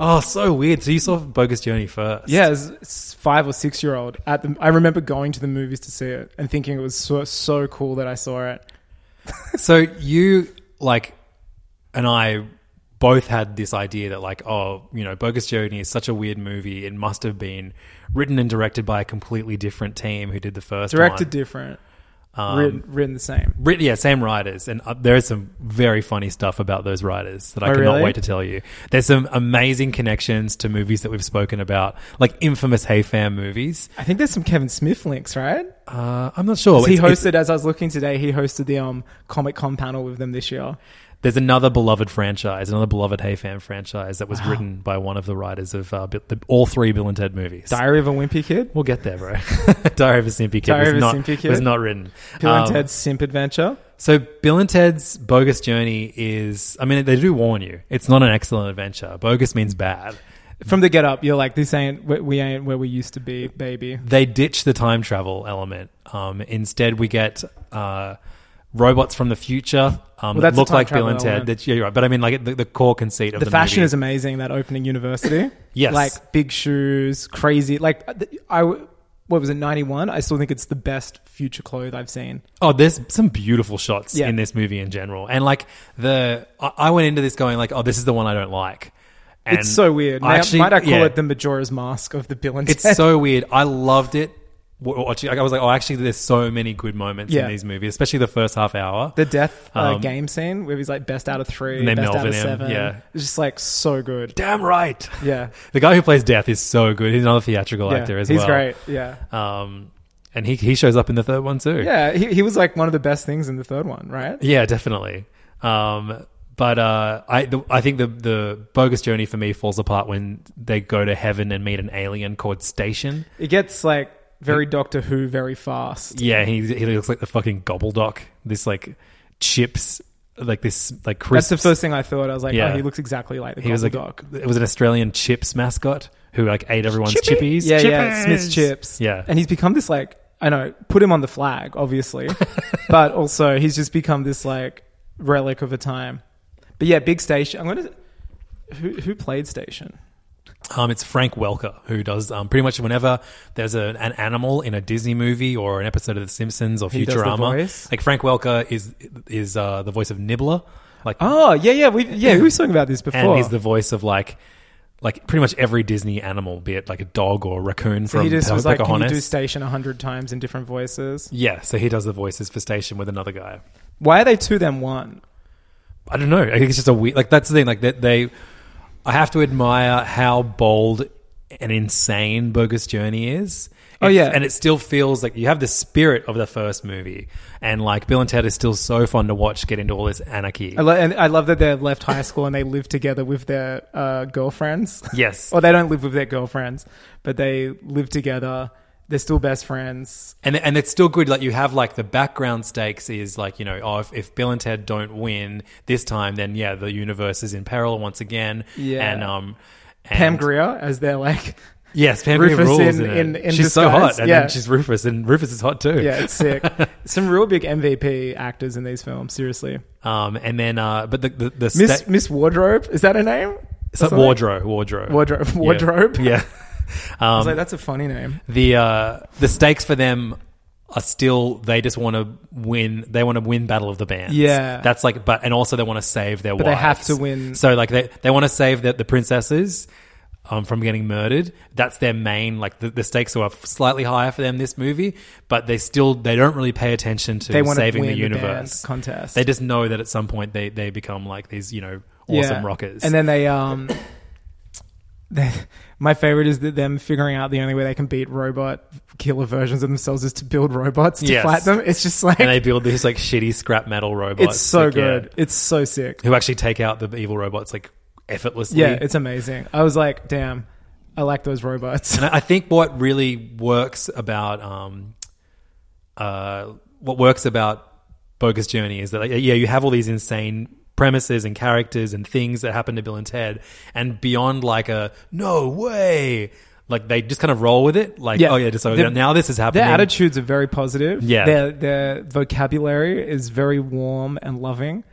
oh, so weird. So you saw Bogus Journey first? yeah, as s- five or six year old at the. I remember going to the movies to see it and thinking it was so so cool that I saw it. So you like and I both had this idea that like oh you know Bogus Journey is such a weird movie it must have been written and directed by a completely different team who did the first Directed one. different. Um, written, written the same. Writ- yeah, same writers, and uh, there is some very funny stuff about those writers that I Oh, cannot really? wait to tell you. There's some amazing connections to movies that we've spoken about, like infamous Hey Fam movies. I think there's some Kevin Smith links, right? Uh, I'm not sure. he It's- it's- hosted, as I was looking today, he hosted the um, Comic Con panel with them this year. there's another beloved franchise, another beloved Hey Fam franchise that was written by one of the writers of uh, Bi- the, all three Bill and Ted movies. Diary of a Wimpy Kid, we'll get there, bro. Diary of a Simpy Kid, was, Diary of a not, Simpy Kid. was not written. Bill Um, and Ted's Simp Adventure. So Bill and Ted's Bogus Journey is, I mean, they do warn you. It's not an excellent adventure. Bogus means bad. From the get up, you're like, this ain't, we- we ain't where we used to be, baby. They ditch the time travel element. Um, instead, we get uh, robots from the future um, that that's a look time like Bill travel and Ted. element. That, yeah, you're right. But I mean, like the, the core conceit of the, the fashion movie. is amazing. That opening university, Yes. like big shoes, crazy. Like uh, I, w- what was it, ninety one? I still think it's the best future clothes I've seen. Oh, there's some beautiful shots Yeah. in this movie in general, and like the I, I went into this going like, oh, this is the one I don't like. And it's so weird. I May- actually- might I call yeah. it the Majora's Mask of the Bill and It's Ted? so weird. I loved it. W- Watching, like, I was like, oh, actually, there's so many good moments Yeah. in these movies, especially the first half hour. the death uh, Um, game scene where he's like best out of three, And they best out Melvin of him, seven. yeah. it's just like so good. Damn right. Yeah, The guy who plays Death is so good. He's another theatrical yeah. actor as he's well. great. Yeah, Um, and he he shows up in the third one too. yeah. He, he was like one of the best things in the third one, right? Yeah, definitely. Um, but uh, I the, I think the the bogus journey for me falls apart when they go to heaven and meet an alien called Station. It gets like very Doctor Who, very fast. Yeah, he he looks like the fucking gobbledock. This like chips, like this like That's crisps. the first thing I thought. I was like, Yeah. oh, he looks exactly like the He was like Gobbledock. it was an Australian chips mascot who like ate everyone's chippies. Yeah, yeah, Smith's chips. Yeah. and he's become this like I know, put him on the flag, obviously, but also he's just become this like relic of a time. But yeah, big station. I'm gonna who who played station? Um, it's Frank Welker who does um, pretty much whenever there's a, an animal in a Disney movie or an episode of The Simpsons or He does the Futurama. voice? Like Frank Welker is is uh, the voice of Nibbler, like Oh yeah, yeah, we yeah we were talking about this before. and he's the voice of like like pretty much every Disney animal, be it like a dog or a raccoon so from he just Pe- was like, can you Pocahontas. do station a hundred times in different voices? yeah, so he does the voices for Station with another guy. Why are they two then one? I don't know. I think it's just a weird. Like that's the thing. Like that they, I have to admire how bold and insane Bogus Journey is. Oh, It's- yeah. and it still feels like you have the spirit of the first movie, and like Bill and Ted is still so fun to watch get into all this anarchy. I, lo- and I love that they left high school and they live together with their uh, girlfriends. yes, Well, they don't live with their girlfriends, but they live together. They're still best friends. and and it's still good. Like you have like the background stakes is like you know oh if, if Bill and Ted don't win this time, then yeah the universe is in peril once again. Yeah. and um. Pam and- Grier as their like, Yes, Pam Grier Rufus rules in- in, it. in- in she's so disguise. hot, and Yeah. then she's Rufus, and Rufus is hot too. yeah, it's sick. Some real big MVP actors in these films. Seriously, Um, and then, uh, but the the, the Miss sta- Miss Wardrobe is that her name? so- Something? wardrobe, wardrobe, Wardrobe. Yeah. Wardrobe? Yeah. I Um, was like, that's a funny name. the uh, the stakes for them are still they just want to win. They want to win battle of the bands. Yeah. that's like, but and also they want to save their. But they wives. have to win- So like they they want to save the, the princesses. Um, from getting murdered, that's their main. Like the, the stakes are slightly higher for them this movie, but they still they don't really pay attention to They want to saving win the the universe universe contest. They just know that at some point they they become like these you know awesome Yeah. rockers. And then they um, they, my favorite is that them figuring out the only way they can beat robot killer versions of themselves is to build robots to Yes. fight them. It's just like and they build these like shitty scrap metal robots. it's so like, yeah, good. It's so sick. who actually take out the evil robots like effortlessly. Yeah, it's amazing. I was like, damn, I like those robots. and I I think what really works about um, uh, what works about Bogus Journey is that like, yeah, you have all these insane premises and characters and things that happen to Bill and Ted, and beyond like a no way. Like they just kind of roll with it, like Yeah. oh yeah, just so They're- now this is happening. Their attitudes are very positive. Yeah. Their, their vocabulary is very warm and loving.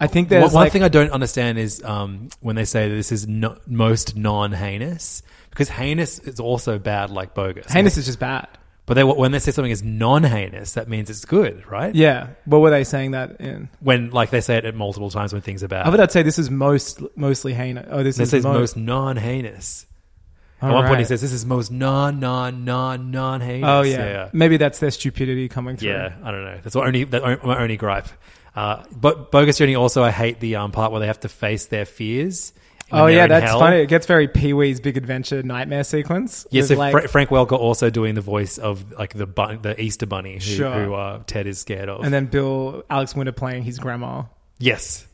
I think there's one, one like, thing I don't understand is um, when they say this is no, most non-heinous because heinous is also bad, like bogus. heinous is just bad. but they, when they say something is non-heinous, that means it's good, right? Yeah. What were they saying that in? When like they say it at multiple times when things are bad, I would I'd say this is most mostly heinous. Oh, this Uh, they is say it's mo- most non-heinous. At one point, he Alright. says, "This is most non, non, non, non heinous." Oh yeah. maybe that's their stupidity coming through. Yeah, I don't know. That's what only that o- my only gripe. Uh, but Bogus Journey also I hate the um, part where they have to face their fears. when Oh they're yeah, in that's hell. funny. It gets very Pee Wee's Big Adventure nightmare sequence. Yes, With, so Fra- Frank Welker also doing the voice of like the bun- the Easter Bunny who, Sure. who uh, Ted is scared of. and then Bill Alex Winter playing his grandma. yes,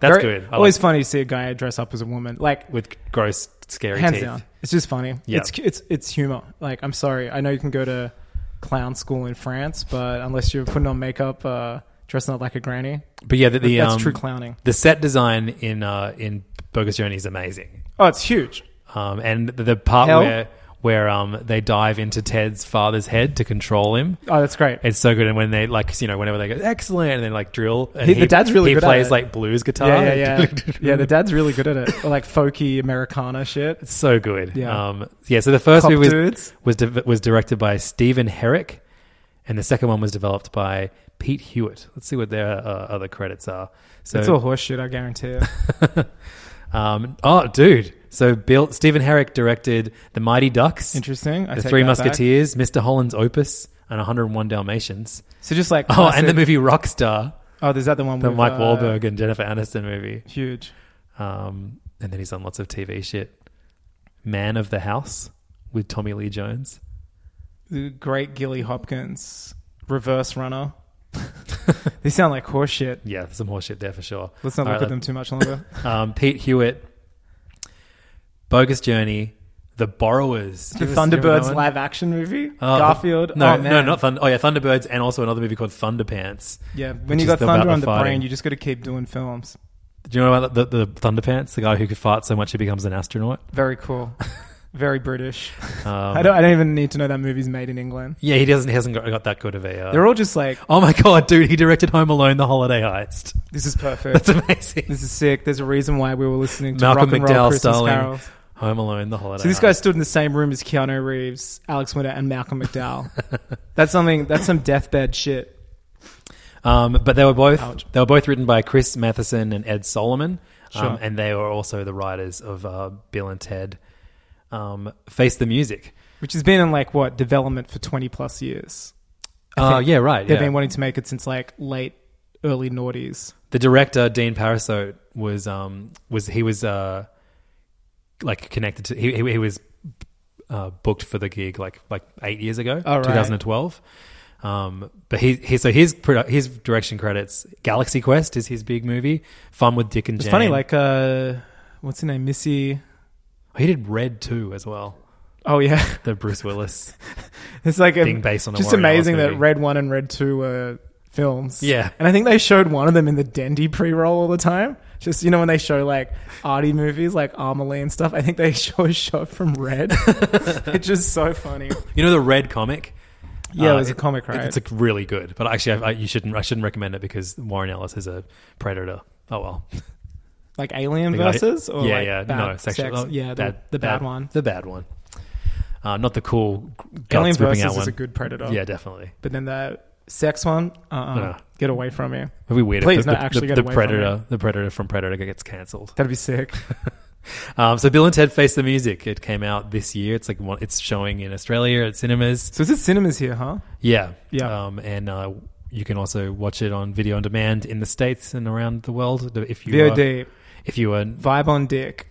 that's Very- good. I Always like- funny to see a guy dress up as a woman. Like with gross, scary hands teeth. down, it's just funny. Yeah. It's it's it's humor. Like I'm sorry, I know you can go to clown school in France, but unless you're putting on makeup, uh, dressing up like a granny, But yeah, the, the that's um, true clowning. The set design in uh, in Bogus Journey is amazing. Oh, it's huge. Um, and the, the part Hell? where where um, they dive into Ted's father's head to control him. Oh, that's great. It's so good, and when they like, you know, whenever they go excellent, and then like drill, and He- the dad's really he good at plays it. like blues guitar. yeah, yeah, yeah. yeah, the dad's really good at it. Or, like folky Americana shit. It's so good. Yeah. Um, yeah. So the first Cop movie was dudes. was, de- was directed by Stephen Herrick, and the second one was developed by Pete Hewitt. Let's see what their uh, other credits are. So It's all horse shit, I guarantee it. Um, oh, dude. So Bill Stephen Herrick directed The Mighty Ducks, Interesting. I The take Three that back. Musketeers, Mr. Holland's Opus, and 101 Dalmatians. So just like Oh, and the classic- movie Rockstar, Oh, there's that the one the with Mike uh, Wahlberg and Jennifer Aniston movie. Huge. Um, and then he's on lots of TV shit. Man of the House with Tommy Lee Jones. The great Gilly Hopkins, reverse runner. they sound like horse shit. Yeah, there's some horseshit there for sure. Let's not All look right, at them too much longer. Um, Pete Hewitt, Bogus Journey, The Borrowers, the Do you remember that Thunderbirds one? live action movie, Oh, Garfield. No, oh, man. no, not Thunder. Oh yeah, Thunderbirds, and also another movie called Thunderpants. Yeah, when which you is got about thunder on the fighting. brain, you just got to keep doing films. do you know about the, the Thunderpants? The guy who could fart so much he becomes an astronaut. Very cool. Very British. Um, I don't. I don't even need to know that movie's made in England. Yeah, he doesn't. He hasn't got, got that good of a. Uh, They're all just like, oh my god, dude! He directed Home Alone: The Holiday Heist. this is perfect. That's amazing. this is sick. There's a reason why we were listening to Malcolm rock and roll McDowell Christmas starring carols. Home Alone: The Holiday. So this Heist. guy stood in the same room as Keanu Reeves, Alex Winter, and Malcolm McDowell. that's something. That's some deathbed shit. Um, but they were both Ouch. they were both written by Chris Matheson and Ed Solomon, um, Sure. and they were also the writers of uh, Bill and Ted um, Face the Music. Which has been in like what development for twenty plus years. Oh think yeah, right. They've yeah. been wanting to make it since like late early noughties. the director Dean Parasote was um was he was uh like connected to he he, he was uh, booked for the gig like like eight years ago, Oh, right. 2012. Um, but he, he so his produ- his direction credits Galaxy Quest is his big movie. Fun with Dick and It's Jane. funny, like uh, what's her name, Missy? he did Red too as well. Oh yeah, The Bruce Willis. it's like a, Being based on a just Warren amazing Ellis that movie. Red One and Red Two were films. Yeah. and I think they showed one of them in the Dendy pre-roll all the time. Just you know when they show like arty movies like Amelie and stuff, I think they show a shot from Red. it's just so funny. you know the Red comic. Yeah, Uh, it was a comic, right? It's like really good, but actually, I, I, you shouldn't. I shouldn't recommend it because Warren Ellis is a predator. Oh well. like Alien The guy- versus or yeah, like yeah, bad no, sexual, sex. oh, yeah, the, the bad, one. the bad one, uh, not the cool guts Alien ripping versus out is one. a good predator. yeah, definitely. But then the sex one, uh, uh No. get away from me. It'd be weird. if Please, the, no, the- actually the, get the away from predator, the predator from Predator gets cancelled. That'd be sick. Um, so Bill and Ted Face the Music. It came out this year. It's like one, it's showing in Australia at cinemas. so is it cinemas here, huh? Yeah, Yeah. Um, and uh, you can also watch it on video on demand in the states and around the world if you Are, VOD, if you are vibe on dick.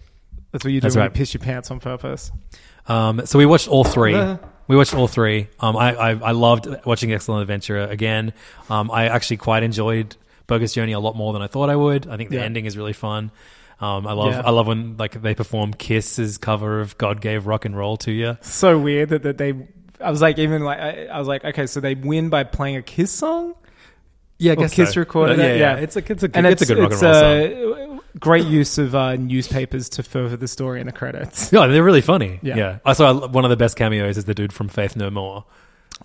That's what you do That's when right. you piss your pants on purpose. Um, so we watched all three. Uh. We watched all three. Um, I, I I loved watching Excellent Adventure again. Um, I actually quite enjoyed Bogus Journey a lot more than I thought I would. I think the Yeah. ending is really fun. Um, I love Yeah. I love when like they perform Kiss's cover of God Gave Rock and Roll to You. So weird that, that they. I was like, even like, I, I was like, okay, so they win by playing a Kiss song. Yeah, I Or Kiss recorded yeah, it. Yeah, Yeah. it's a it's a good, it's, a good rock it's, and roll song. uh, Great use of uh, newspapers to further the story in the credits. No, they're really funny. Yeah. Yeah. I saw one of the best cameos is the dude from Faith No More.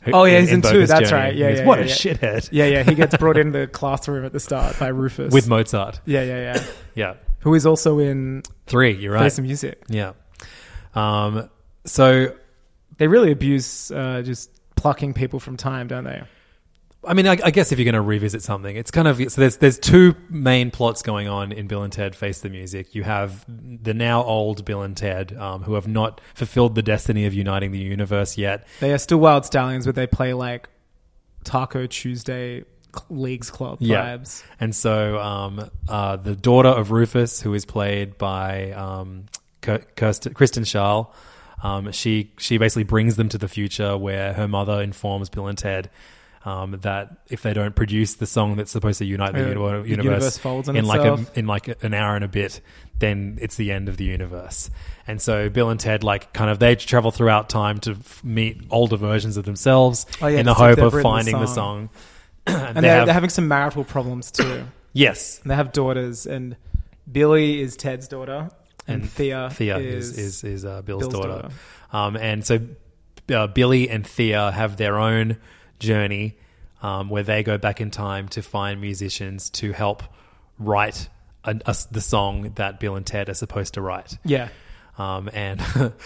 who- Oh, yeah, he's in two. Bogus That's right. Yeah, He's, yeah, what yeah, a yeah. shithead. Yeah, yeah, he gets brought into the classroom at the start by Rufus. With Mozart. yeah, yeah, yeah. Yeah. Who is also in Three, you're right. Face the Music. Yeah. Um, so They really abuse uh, just plucking people from time, don't they? I mean, I, I guess if you're going to revisit something, it's kind of so. There's there's two main plots going on in Bill and Ted Face the Music. You have the now old Bill and Ted, um, who have not fulfilled the destiny of uniting the universe yet. They are still wild stallions, but they play like Taco Tuesday cl- leagues club vibes. And so um, uh, the daughter of Rufus, who is played by um, Kir- Kirsten, Kristen Schaal, um, she she basically brings them to the future where her mother informs Bill and Ted. Um, that if they don't produce the song that's supposed to unite the Uh, uni- the universe, universe folds on in like a, itself. in like a- an hour and a bit, then it's the end of the universe. And so Bill and Ted like kind of they travel throughout time to f- meet older versions of themselves Oh, yeah, in the to see if hope they've of written the finding the song. song. And they're, have- they're having some marital problems too. and Yes, they have daughters, and Billy is Ted's daughter, and, Thea, Thea is, is is, is uh, Bill's, Bill's daughter. daughter. Um, and so uh, Billy and Thea have their own journey um, where they go back in time to find musicians to help write an, a s the song that Bill and Ted are supposed to write. yeah. Um, and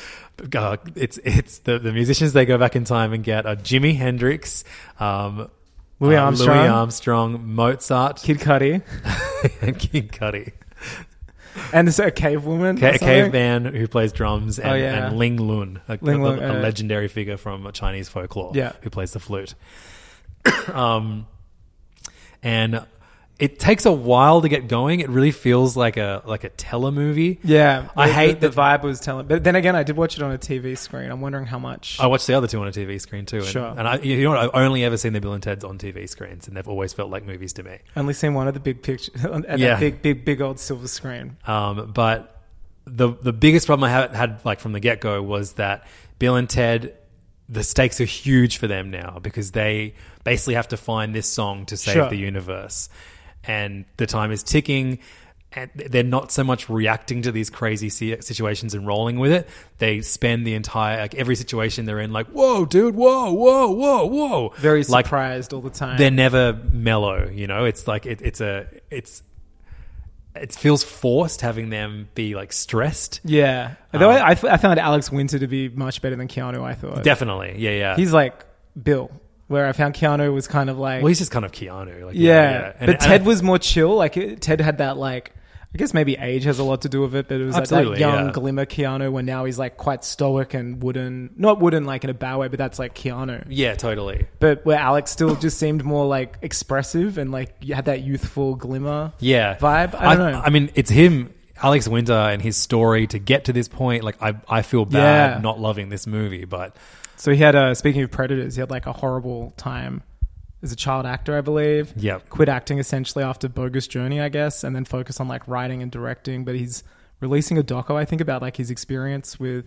uh, it's it's the, the musicians they go back in time and get are Jimi Hendrix, um, Louis uh, Armstrong. Louis Armstrong, Mozart, Kid Cudi, and King Cudi. and is it a cave woman? Ca- or a something? caveman who plays drums and, Oh, yeah. and Ling Lun, a, Ling a- Lun, a yeah. legendary figure from Chinese folklore, Yeah. who plays the flute. um, and it takes a while to get going. It really feels like a like a telemovie. Yeah, I the- hate the, that- the vibe was telling. But then again, I did watch it on a TV screen. I'm wondering how much. I watched the other two on a TV screen too, and, Sure. and I, you know what? I've only ever seen the Bill and Ted's on TV screens, and they've always felt like movies to me. only seen one of the big picture at that Yeah. big, big, big old silver screen. Um, but the the biggest problem I had, had like from the get go was that Bill and Ted, the stakes are huge for them now because they basically have to find this song to save Sure. the universe, and the time is ticking. And they're not so much reacting to these crazy si- situations and rolling with it. They spend the entire like every situation they're in, like whoa, dude, whoa, whoa, whoa, whoa. Very like surprised all the time. they're never mellow. You know, it's like it, it's a it's it feels forced having them be like stressed. yeah, though Um, I, I f- I found Alex Winter to be much better than Keanu. I thought Definitely, yeah, yeah. he's like Bill, where I found Keanu was kind of like well, he's just kind of Keanu. Like, yeah, And- but and Ted I- was more chill. Like it, Ted had that like. I guess maybe age has a lot to do with it, but it was like that Absolutely, young yeah. glimmer Keanu, where now he's like quite stoic and wooden. Not wooden like in a bad way, but that's like Keanu. yeah, totally. but where Alex still just seemed more like expressive and like you had that youthful glimmer. Yeah, vibe? I don't know. I mean, it's him, Alex Winter, and his story to get to this point. Like, I I feel bad Yeah. not loving this movie, but So he had a speaking of predators, he had like a horrible time as a child actor, I believe. Yep. quit acting essentially after Bogus Journey, I guess, and then focus on like writing and directing. But he's releasing a doco, I think, about like his experience with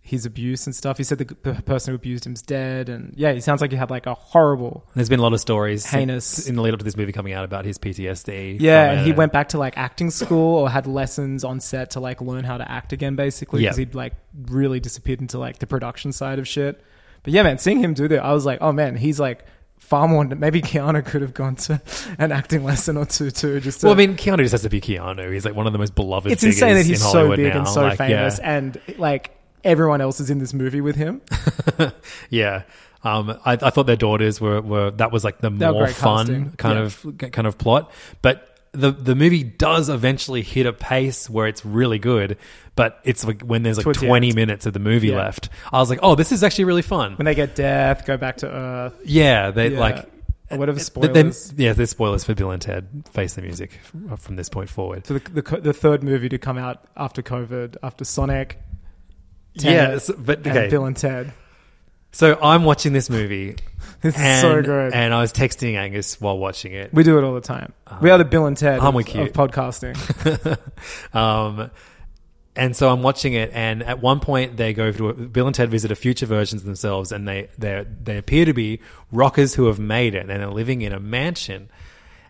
his abuse and stuff. He said the, the person who abused him's dead, and yeah, he sounds like he had like a horrible there's been a lot of stories since- Heinous. in the lead up to this movie coming out about his PTSD. Yeah, from and he it. went back to like acting school or had lessons on set to like learn how to act again, basically, Yeah. because he'd like really disappeared into like the production side of shit. But yeah, man, seeing him do that, I was like, oh man, he's like far more. Maybe Keanu could have gone to an acting lesson or two too. Just to, Well, I mean, Keanu just has to be Keanu. He's like one of the most beloved. it's insane that figures he's in so Hollywood big now. and so Like, yeah. famous, and like everyone else is in this movie with him. yeah. Um, I, I thought their daughters were, were that was like the They were more great fun casting. kind Yeah. of kind of plot. But the the movie does eventually hit a pace where it's really good, but it's like when there's like Towards the twenty end. minutes of the movie Yeah. left. I was like, oh, this is actually really fun. When they get death, go back to Earth. yeah, they yeah, like uh, or whatever th- them- spoilers. yeah, there's spoilers for Bill and Ted. Face the music f- uh, from this point forward. So the, the co- the third movie to come out after COVID, after Sonic, Tenet, Yes, but and okay. Bill and Ted. so I'm watching this movie. This is and, so good. And I was texting Angus while watching it. we do it all the time. Uh-huh. we are the Bill and Ted aren't of, we of cute? podcasting. um, and so I'm watching it, and at one point they go to Bill and Ted visit a future versions of themselves, and they they they appear to be rockers who have made it, and they're living in a mansion.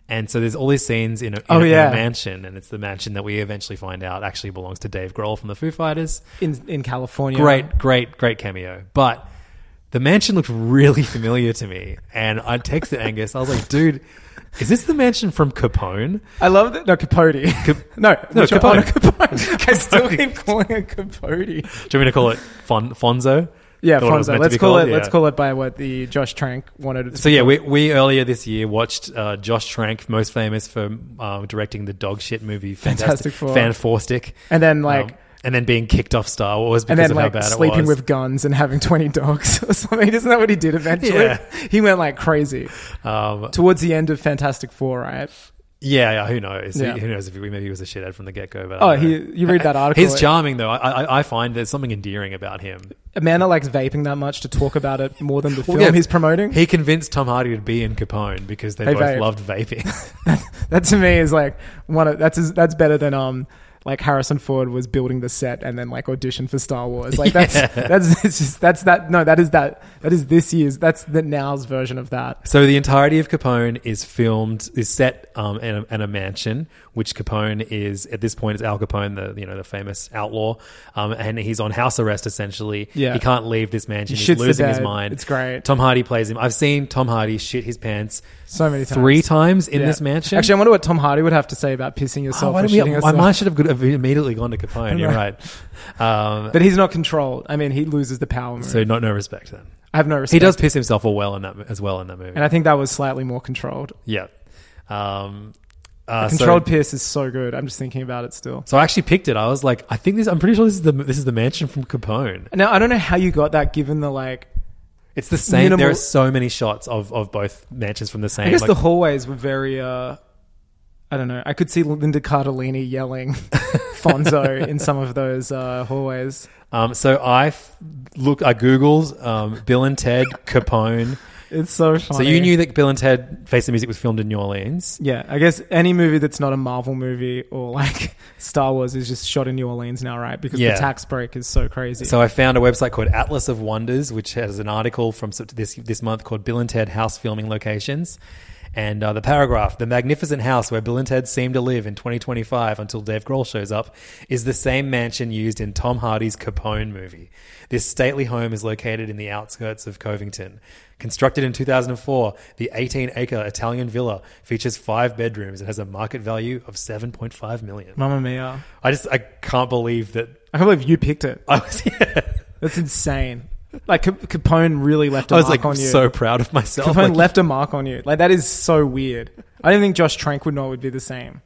And so there's all these scenes in a, in Oh, a- in yeah. a mansion, and it's the mansion that we eventually find out actually belongs to Dave Grohl from the Foo Fighters. in in California. Great, great, great cameo. But the mansion looked really familiar to me, and I texted Angus. I was like, "Dude, is this the mansion from Capone?" I love that. No, Capote. no, no, which- oh, Capote. Capote. I still keep calling it Capote. Do you want me to call it Fon- Fonzo? Yeah, thought it was Fonzo. meant to Let's be call called, it. Let's yeah. call it by what the Josh Trank wanted. it to So be yeah, called. we, we earlier this year watched uh, Josh Trank, most famous for um, directing the dog shit movie Fantastic, Fantastic Four. Fantastic, And then, like- Um, and then being kicked off Star Wars because and then of like how bad sleeping it was. with guns and having twenty dogs or something. Isn't that what he did eventually? Yeah. he went like crazy um, towards the end of Fantastic Four, right? yeah, yeah, who knows? Who- Yeah. Who, knows if he, maybe he was a shithead from the get go? But Oh, I don't he- know. you read that article, eh? He's it- charming though. I, I I find there's something endearing about him. A man that likes vaping that much to talk about it more than the film Well, yeah, he's promoting. He convinced Tom Hardy to be in Capone because they They both vape. loved vaping. that to me is like one of that's that's better than um like Harrison Ford was building the set and then like auditioned for Star Wars. Like that's that's it's just that's that no that is that that is this year's that's the now's version of that. So the entirety of Capone is filmed is set um, in, a, in a mansion, which Capone is at this point is Al Capone, the you know the famous outlaw, um, and he's on house arrest essentially. Yeah. he can't leave this mansion. He shits he's the losing his bed. mind. It's great. Tom Hardy plays him. I've seen Tom Hardy shit his pants So many times. three times in Yeah. this mansion. Actually, I wonder what Tom Hardy would have to say about pissing Oh, yourself why or don't we- shitting I yourself. might should have good- have immediately gone to Capone. You're Right. right. Um, but he's not controlled. I mean, he loses the power. Move. so not no respect then. I have no respect. He does piss himself all well in that as well in that movie. and I think that was slightly more controlled. yeah. Um, uh, so- Controlled piss is so good. I'm just thinking about it still. So I actually picked it. I was like, I think this. I'm pretty sure this is the this is the mansion from Capone. Now I don't know how you got that, given the like. It's the same. Minimal- There are so many shots of, of both mansions from the same. I guess like- the hallways were very. uh I don't know. I could see Linda Cardellini yelling Fonzo in some of those uh, hallways. um, so I f- look. I googled um, Bill and Ted Capone. It's so funny. So you knew that Bill and Ted Face the Music was filmed in New Orleans. Yeah, I guess any movie that's not a Marvel movie or like Star Wars is just shot in New Orleans now, right? Because Yeah. the tax break is so crazy. So I found a website called Atlas of Wonders, which has an article from Sept- this this month called Bill and Ted House Filming Locations. And uh, the paragraph, the magnificent house where Bill and Ted seem to live in 2025 until Dave Grohl shows up, is the same mansion used in Tom Hardy's Capone movie. This stately home is located in the outskirts of Covington. Constructed in 2004, the 18 acre Italian villa features five bedrooms and has a market value of 7.5 million. Mamma Mia. I just, I can't believe that I can't believe you picked it. I was, yeah. That's insane. Like Cap- Capone really left a I was mark like on you. so proud of myself. Capone Like, left a mark on you. Like that is so weird. I don't think Josh Trank would know it would be the same.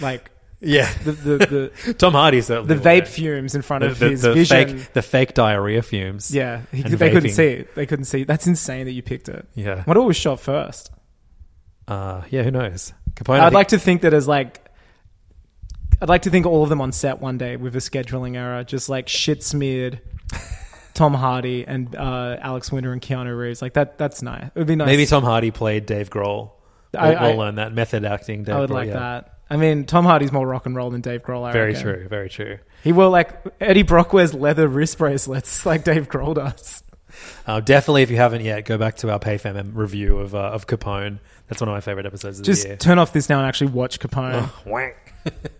Like yeah. the the the, Tom Hardy certainly. the would, vape right? fumes in front The, of the- his the vision. fake, the fake diarrhea fumes. yeah, he, and they couldn't vaping. see it. They couldn't see. it. That's insane that you picked it. Yeah. What was shot first? Uh, yeah. Who knows? Capone. I'd I think- like to think that as like. I'd like to think all of them on set one day with a scheduling error, just like shit smeared Tom Hardy and uh, Alex Winter and Keanu Reeves. Like that, that's nice. It would be nice. maybe Tom Hardy played Dave Grohl. We'll, I- I- we'll learn that method acting. Dave I would Grohl, like yeah. that. I mean, Tom Hardy's more rock and roll than Dave Grohl. I Very reckon. true. Very true. He wore like Eddie Brock wears leather wrist bracelets, like Dave Grohl does. Uh, definitely, if you haven't yet, go back to our PayFam review of uh, of Capone. That's one of my favorite episodes of Just the year. turn off this now and actually watch Capone.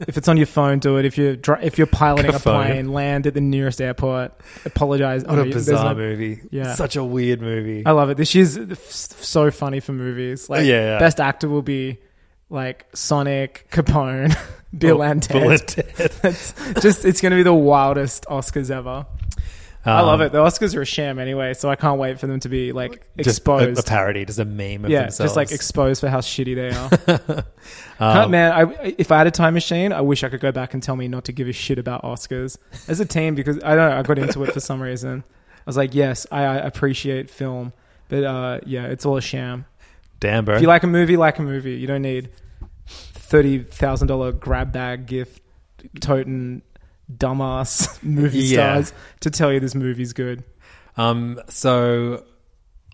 if it's on your phone, do it. If you're dri- if you're piloting a Capone. plane, land at the nearest airport. Apologize. What Oh, a there's bizarre no- movie. Yeah. Such a weird movie. I love it. This year's f- so funny for movies. Like, Yeah, yeah. best actor will be like Sonic, Capone, Bill and Ted. Bill and Ted. That's just it's going to be the wildest Oscars ever. I love Um, it. The Oscars are a sham anyway, so I can't wait for them to be like Just a, exposed. a parody, just a meme of yeah, themselves. just like exposed for how shitty they are. Can't- man, I, if I had a time machine, I wish I could go back and tell me not to give a shit about Oscars as a team because I don't know. I got into it for some reason. I was like, yes, I, I appreciate film, but uh, yeah, it's all a sham. Damn, bro. If you like a movie, like a movie. You don't need thirty thousand dollar grab bag gift toting dumbass movie Yeah. stars to tell you this movie's good. Um, so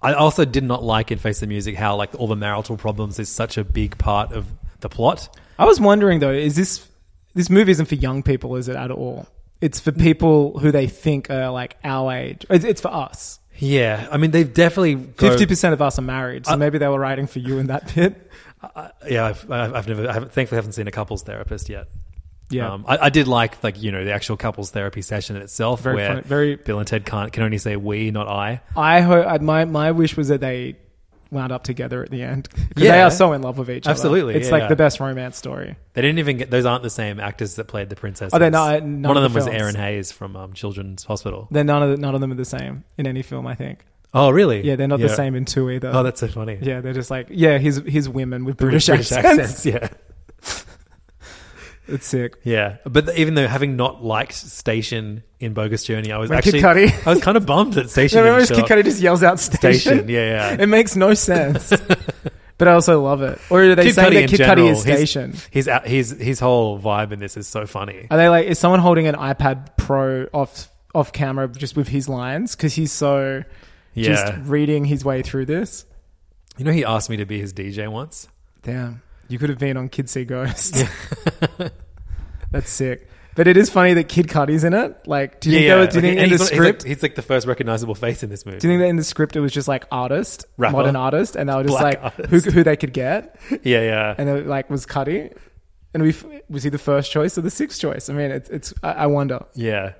I also did not like in Face the Music how like all the marital problems is such a big part of the plot. I was wondering though, is this this movie isn't for young people, is it at all? It's for people who they think are like our age. It's, it's for us. Yeah, I mean they've definitely go- Fifty percent of us are married, Uh, so maybe they were writing for you in that pit. Yeah, I've, I've I've never, I haven't, thankfully, I haven't seen a couples therapist yet. Yeah. um, I, I did like like you know the actual couples therapy session in itself, Very where funny- very- Bill and Ted can't can only say we, not I. I hope my my wish was that they wound up together at the end. 'Cause They Yeah. are so in love with each other. Absolutely, It's yeah, like yeah. the best romance story. They didn't even get those. Aren't the same actors that played the princess? Oh, they're not- none One of of the them was films. Aaron Hayes from um, Children's Hospital. They're none of the, none of them are the same in any film. I think. Oh, really? Yeah, they're not the same in two either. Oh, that's so funny. yeah, they're just like yeah, his his women with British, accents. accents. Yeah, It's sick. yeah. But th- even though having not liked Station in Bogus Journey, I was When Kid actually Cudi- I was kind of bummed that Station. Yeah, didn't remember show up. Kid Cudi just yells out station. Station. Yeah, yeah. It makes no sense. but I also love it. Or are they Kid saying Cudi that in Kid general, Cudi is his- station? His, out- his his whole vibe in this is so funny. Are they like? Is someone holding an iPad Pro off off camera just with his lines because he's so just Yeah. reading his way through this? You know, he asked me to be his DJ once. Damn, you could have been on Kids See Ghosts. That's sick. But it is funny that Kid Cudi's in it. Like, do you think, yeah, that was, do you like, think and in the he's like- he's like- script? he's like, the first recognizable face in this movie. do you think that in the script it was just like artist, Rapper. modern artist, and they were just Black like artist. who who they could get, yeah, yeah. and it like was Cudi, and we f- was he the first choice or the sixth choice? I mean, it's it's I, I wonder. Yeah.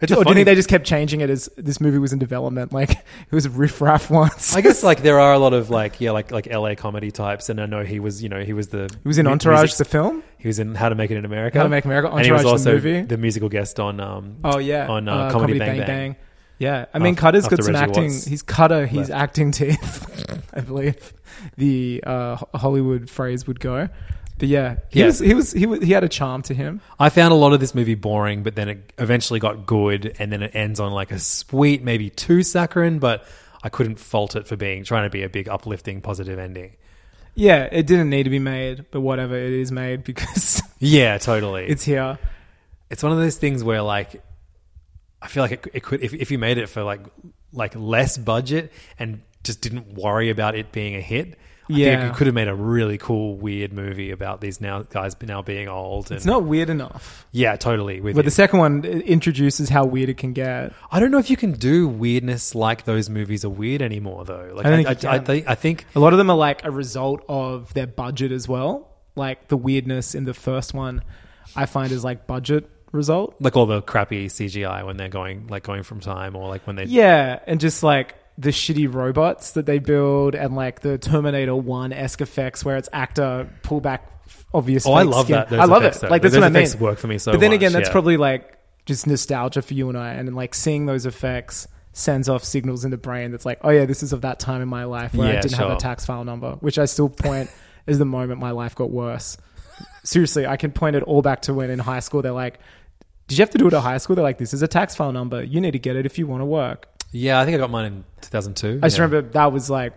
It's Or do you think they just kept changing it as this movie was in development? Like it was riff raff once. I guess like there are a lot of like yeah like like LA comedy types and I know he was you know he was the it was in mu- Entourage, music- the film. he was in How to Make It in America How to Make America, and he was Entourage, the also movie. musical guest on um Oh yeah, on uh, comedy, Bang, Bang Yeah, I mean, After- Cutter's got after some Reggie acting. Watts he's Cutter. He's left. acting teeth, I believe. The uh, Ho- Hollywood phrase would go, but yeah, he Yeah. was he was he was, he had a charm to him. I found a lot of this movie boring but then it eventually got good and then it ends on like a sweet maybe too saccharine but I couldn't fault it for being trying to be a big uplifting positive ending Yeah, it didn't need to be made, but whatever, it is made because yeah totally it's here. it's one of those things where like I feel like it, it could if, if you made it for like like less budget and just didn't worry about it being a hit. I Yeah. think you could have made a really cool weird movie about these now guys now being old and It's not weird enough. yeah totally with But the you. second one it introduces how weird it can get. I don't know if you can do weirdness like those movies are weird anymore though like I I, think I, you I, can. think I think A lot of them are like a result of their budget as well. Like the weirdness in the first one, I find is like budget result. like all the crappy CGI when they're going like going from time or like when they Yeah, and just like the shitty robots that they build, and like the Terminator One esque effects where it's actor pullback obvious. Oh, I fake love skin. that. Those I love effects, it. though. Like that's Those what I mean. effects work for me so But then much, again, that's yeah. probably like just nostalgia for you and I, and like seeing those effects sends off signals in the brain that's like, oh yeah, this is of that time in my life where I Yeah, didn't have a sure. tax file number, which I still point as the moment my life got worse. Seriously, I can point it all back to when in high school they're like. Did you have to do it at high school? They're like, this is a tax file number. You need to get it if you want to work. yeah I think I got mine in 2002 I just yeah. remember that was like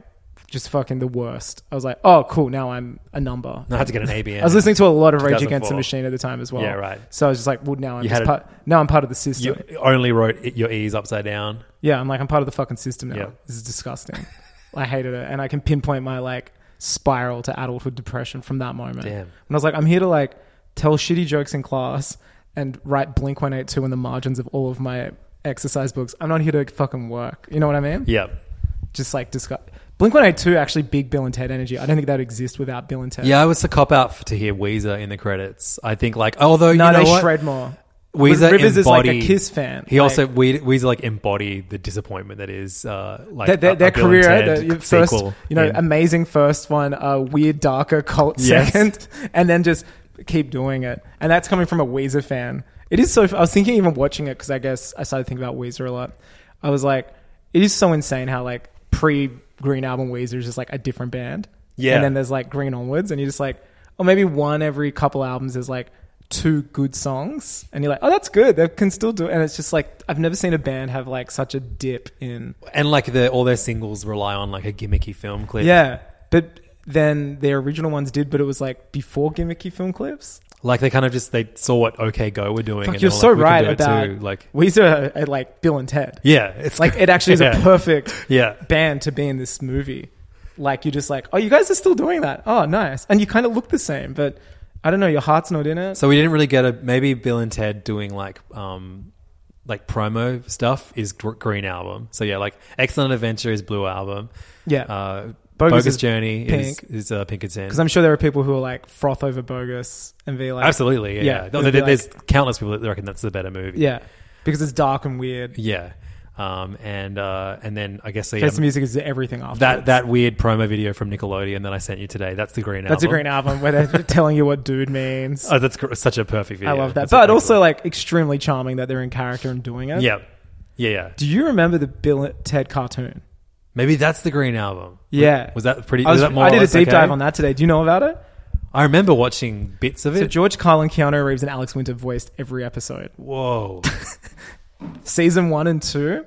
just fucking the worst. I was like, oh, cool. Now I'm a number. I had to get an ABN I was listening to a lot of Rage Against 2004. the Machine at the time as well. Yeah, right. So I was just like, well, now I'm You just had a- part. Now I'm part of the system. you only wrote it- your E's upside down yeah, I'm like, I'm part of the fucking system now. Yeah. This is disgusting. I hated it, and I can pinpoint my like spiral to adulthood depression from that moment. Damn. And I was like, I'm here to like tell shitty jokes in class and write Blink 182 in the margins of all of my exercise books. I'm not here to fucking work. You know what I mean? yeah just like discuss. Blink One Eight Two actually big Bill and Ted energy. I don't think that would exist without Bill and Ted. Yeah, I was the cop out f- to hear Weezer in the credits. I think like although no, you know they what? shred more. Weezer Rivers is like a embody, Kiss fan. He Like- also we, Weezer like embody the disappointment that is uh, like Their, their, a- a their Bill and career, Ted their- your sequel first, you know, in- amazing first one, uh, weird darker cult Yes. second, and then just keep doing it. And that's coming from a Weezer fan. It is so. I was thinking even watching it because I guess I started thinking about Weezer a lot. I was like, it is so insane how like pre Green Album Weezer is just like a different band. Yeah. And then there's like Green onwards, and you're just like, oh, maybe one every couple albums is like two good songs, and you're like, oh, that's good. They can still do it. And it's just like I've never seen a band have like such a dip in. and like the, all their singles rely on like a gimmicky film clip. Yeah, but then their original ones did, but it was like before gimmicky film clips. like they kind of just they saw what OK Go were doing. Fuck, and you're they were so like, we can right do it about too. like Weezer are uh, like Bill and Ted. yeah, it's Like it actually is Yeah. a perfect Yeah. band to be in this movie. Like you're just like, oh, you guys are still doing that. Oh, nice. And you kind of look the same, but I don't know. Your heart's not in it. So we didn't really get a maybe Bill and Ted doing like um like promo stuff is Gr- Green Album. So yeah, like Excellent Adventure is Blue Album. Yeah. Uh, Bogus Bogus, is Journey Pink. is is uh, Pinkerton. Because I'm sure there are people who are like froth over bogus and be like, Absolutely, yeah. Yeah, yeah. it'd There- be There's countless people that reckon that's the better movie. yeah, because it's dark and weird. yeah. um, and uh, and then I guess the, That's the music is everything after that that weird promo video from Nickelodeon that I sent you today. That's the green. That's a album. green album where they're telling you what dude means. Oh, that's gr- such a perfect video. I love that. That's a But great also, one. like, extremely charming that they're in character and doing it. yeah, yeah, yeah. Do you remember the Bill and Ted cartoon? Maybe that's the green album. Yeah. was that pretty? I, was- was that more I or did a less deep okay? dive on that today. Do you know about it? I remember watching bits of it. So George Carlin, Keanu Reeves, and Alex Winter voiced every episode. Whoa, Oh, Season one and two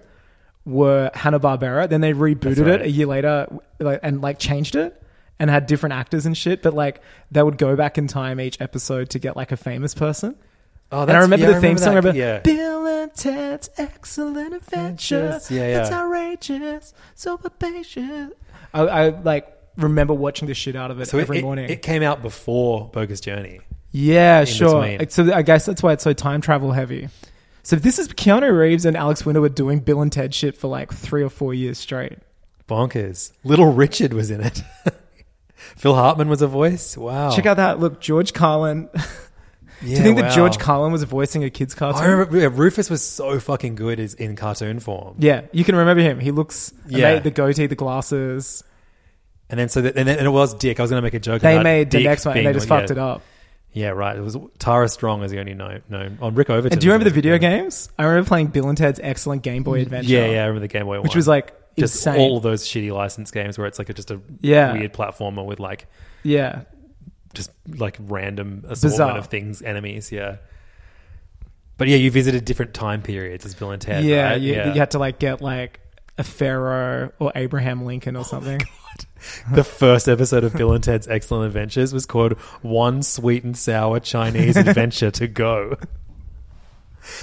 were Hanna Barbera. Then they rebooted right. it a year later, like, and like changed it and had different actors and shit. But like they would go back in time each episode to get like a famous person. oh, and I remember the theme song. I remember, yeah. Bill and Ted's excellent Adventures, adventures. yeah, yeah. It's outrageous, so patient. I, I like remember watching the shit out of it So it, every it- morning. it came out before Bogus Journey. Yeah, sure. between. Like, So I guess that's why it's so time travel heavy. So this is Keanu Reeves and Alex Winter were doing Bill and Ted shit for like three or four years straight. Bonkers. Little Richard was in it. Phil Hartman was a voice. Wow. Check out that look, George Carlin. Do you think that George Carlin was voicing a kid's cartoon? I remember yeah, Rufus was so fucking good as in cartoon form. yeah, you can remember him. He looks Yeah. ama- the goatee, the glasses. And then so that, and then and it was Dick. I was going to make a joke. They about made the Dick next one and being they just like- fucked yeah. it up. Yeah, right. It was Tara Strong is the only known. known on Rick Overton. And do you was remember the in it. video games? I remember playing Bill and Ted's excellent Game Boy Adventure. Mm, Yeah, yeah. I remember the Game Boy, Which one. was like just insane. all those shitty license games where it's like a, just a Yeah. weird platformer with like yeah. just like random assortment Bizarre. of things, enemies. Yeah. But yeah, you visited different time periods as Bill and Ted. yeah, right? you, you had to like get like a Pharaoh or Abraham Oh Lincoln or something. the first episode of Bill and Ted's Excellent Adventures was called One Sweet and Sour Chinese Adventure to Go.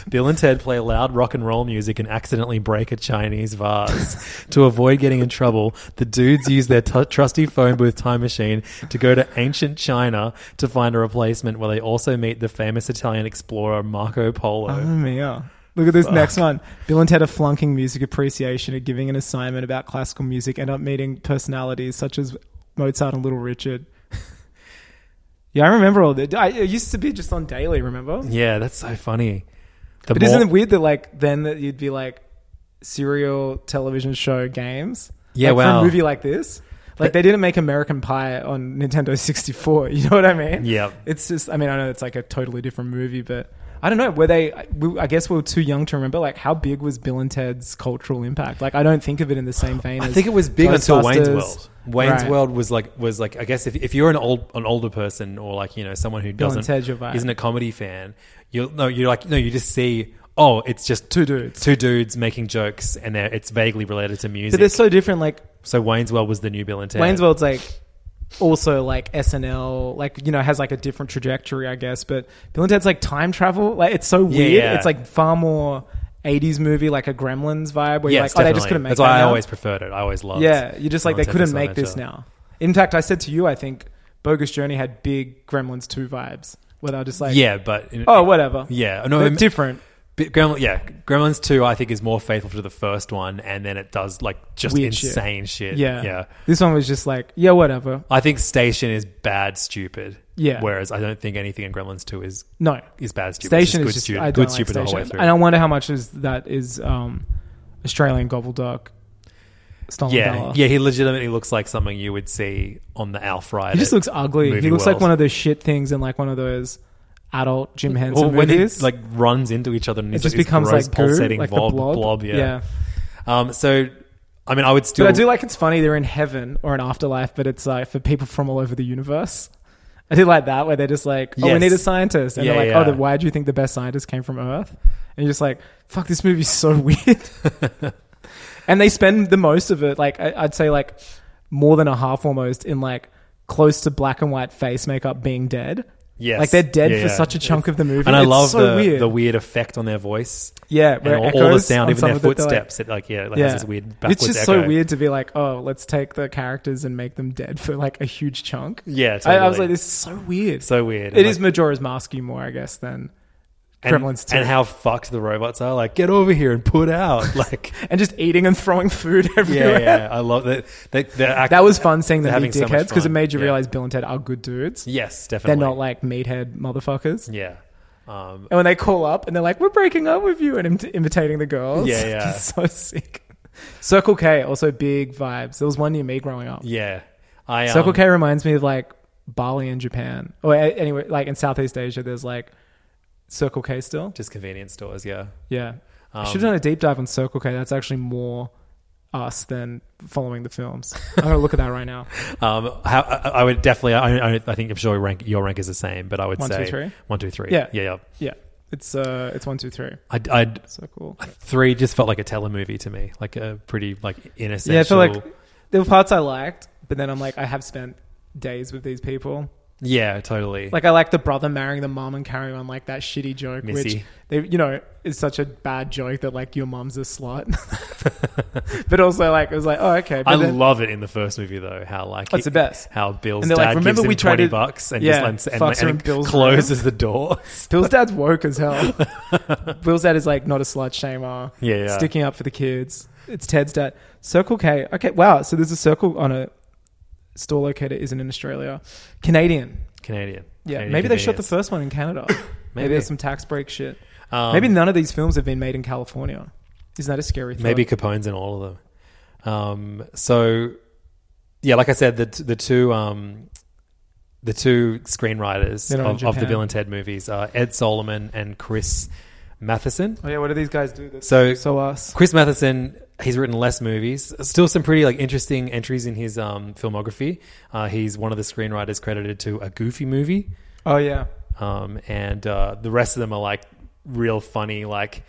Bill and Ted play loud rock and roll music and accidentally break a Chinese vase. to avoid getting in trouble, the dudes use their t- trusty phone booth time machine to go to ancient China to find a replacement where they also meet the famous Italian explorer Marco Polo. Oh, yeah. Look at this next one. Bill and Ted are flunking music appreciation at giving an assignment about classical music, end up meeting personalities such as Mozart and Little Richard. yeah, I remember all that. I, it used to be just on daily, remember? yeah, that's so funny. The But more- isn't it weird that like then that you'd be like serial television show games? Yeah, like, for wow. a movie like this. Like they didn't make American Pie on Nintendo 64. You know what I mean? Yep. It's just I mean I know it's like a totally different movie, but I don't know. Were they? I- We, I guess we were too young to remember. Like how big was Bill and Ted's cultural impact? Like I don't think of it in the same vein. I as think it was big until Wayne's Ghostbusters. World. Wayne's Right. World was like was like I guess if, if you're an old an older person or like you know someone who Bill and doesn't Ted's your vibe. isn't a comedy fan, you will no you're like no you just see oh it's just Two dudes. two dudes making jokes and they're, it's vaguely related to music. But they're so different. Like so Wayne's World was the new Bill and Ted. Wayne's World's like also like SNL, like you know, has like a different trajectory, I guess. But Bill and Ted's like time travel, like it's so weird. yeah. It's like far more '80s movie, like a Gremlins vibe, where you're like, yes, oh, definitely. they just couldn't make. That's that why I now. always preferred it. I always loved. yeah, you're just like Bill and they Ted couldn't Excellent make this Adventure. now. In fact, I said to you, I think Bogus Journey had big Gremlins two vibes, where they were just like, Yeah, but oh, whatever, Yeah, Um, no, no, it- different. But Gremlin, yeah, Gremlins Two, I think, is more faithful to the first one, and then it does like just Weird shit. insane shit. Yeah, yeah. This one was just like, yeah, whatever. I think Station is bad stupid. Yeah. Whereas I don't think anything in Gremlins Two is No, is bad stupid. It's Station good is just stupid, I don't good like stupid the whole way Station. through. And I wonder how much is that is um, Australian gobbledygook stolen yeah, dollar. yeah, he legitimately looks like something you would see on the Alf ride. He just looks ugly. He movie looks like world. one of those shit things in like one of those adult Jim Henson Or when he movies. like runs into each other and it he's just like this becomes gross like goo, pulsating like blob, the blob. yeah. Um, so, I mean, I would still. But I do like it's funny they're in heaven or an afterlife, but it's like for people from all over the universe. I do like that where they're just like, oh, we Yes. need a scientist, and Yeah, they're like, yeah. oh, then why do you think the best scientist came from Earth? And you're just like, fuck, this movie's so weird. and they spend the most of it, like I- I'd say, like more than a half almost in like close to black and white face makeup being dead. Yes. like they're dead Yeah, for yeah. such a chunk of the movie, and I It's love the so weird. the weird effect on their voice. yeah, And where it all, all the echoes on sound, even some their of it, they're like- footsteps, it like yeah, it has this weird backwards it's just echo. so weird to be like, oh, let's take the characters and make them dead for like a huge chunk. Yeah, I, I was totally. like, this is so weird. So weird. It is And, like- Majora's Mask you more, I guess, than and, Gremlins too. and how fucked the robots are. Like, get over here and put out. Like, and just eating and throwing food yeah, everywhere. yeah, I love that. They, they're act- That was fun seeing They're them be having so much dickheads because it fun. made you Yeah. realize Bill and Ted are good dudes. Yes, They're definitely. not like meathead motherfuckers. Yeah. Um, And when they call up and they're like, "We're breaking up with you," and im- imitating the girls, Yeah, yeah. It's so sick. Circle K also big vibes. There was one near me growing up. yeah, I um, Circle K reminds me of like Bali in Japan, or a- anyway, like in Southeast Asia. There's like Circle K still. just convenience stores. Yeah, Um, Yeah, I should have done a deep dive on Circle K. That's actually more us than following the films. I'm gonna look at that right now. um, how, I, I would definitely. I, I, I think I'm sure your rank, your rank is the same, but I would One, say two, three? one, two, three. Yeah. yeah, yeah. Yeah, it's uh, it's one, two, three. I'd, I'd So cool. three just felt like a telemovie to me, like a pretty like innocent. Yeah, I feel like there were parts I liked, but then I'm like, I have spent days with these people. yeah, totally. Like I like the brother marrying the mom and carrying on like that shitty joke, which Missy. they you know is such a bad joke that like your mom's a slut. but also like it was like oh okay, but I then- love it in the first movie though. How like That's the best. How Bill's And they're dad like, "Remember gives him we tried twenty to-" bucks and Yeah, just lets, and, fucks her and in Bill's closes the door. Bill's dad's woke as hell. Bill's dad is like not a slut shamer. Yeah, yeah. sticking up for the kids. It's Ted's dad. Circle K. Okay, wow. So there's a circle on a store locator. Isn't in Australia, Canadian. Canadian. Yeah, Canadian maybe they shot the convenience. first one in Canada. maybe. Maybe. there's some tax break shit. Um, maybe none of these films have been made in California. Isn't that a scary thing? Maybe Capone's in all of them. Um, so, yeah, like I said, the the two um, the two screenwriters They're not in of, of the Japan. Bill and Ted movies are Ed Solomon and Chris Matheson. Oh yeah, what do these guys do? That's So- so us. Chris Matheson, he's written less movies. Still some pretty like interesting entries in his um, filmography. Uh, he's one of the screenwriters credited to a Goofy movie, Oh yeah, um, and uh, the rest of them are like real funny, like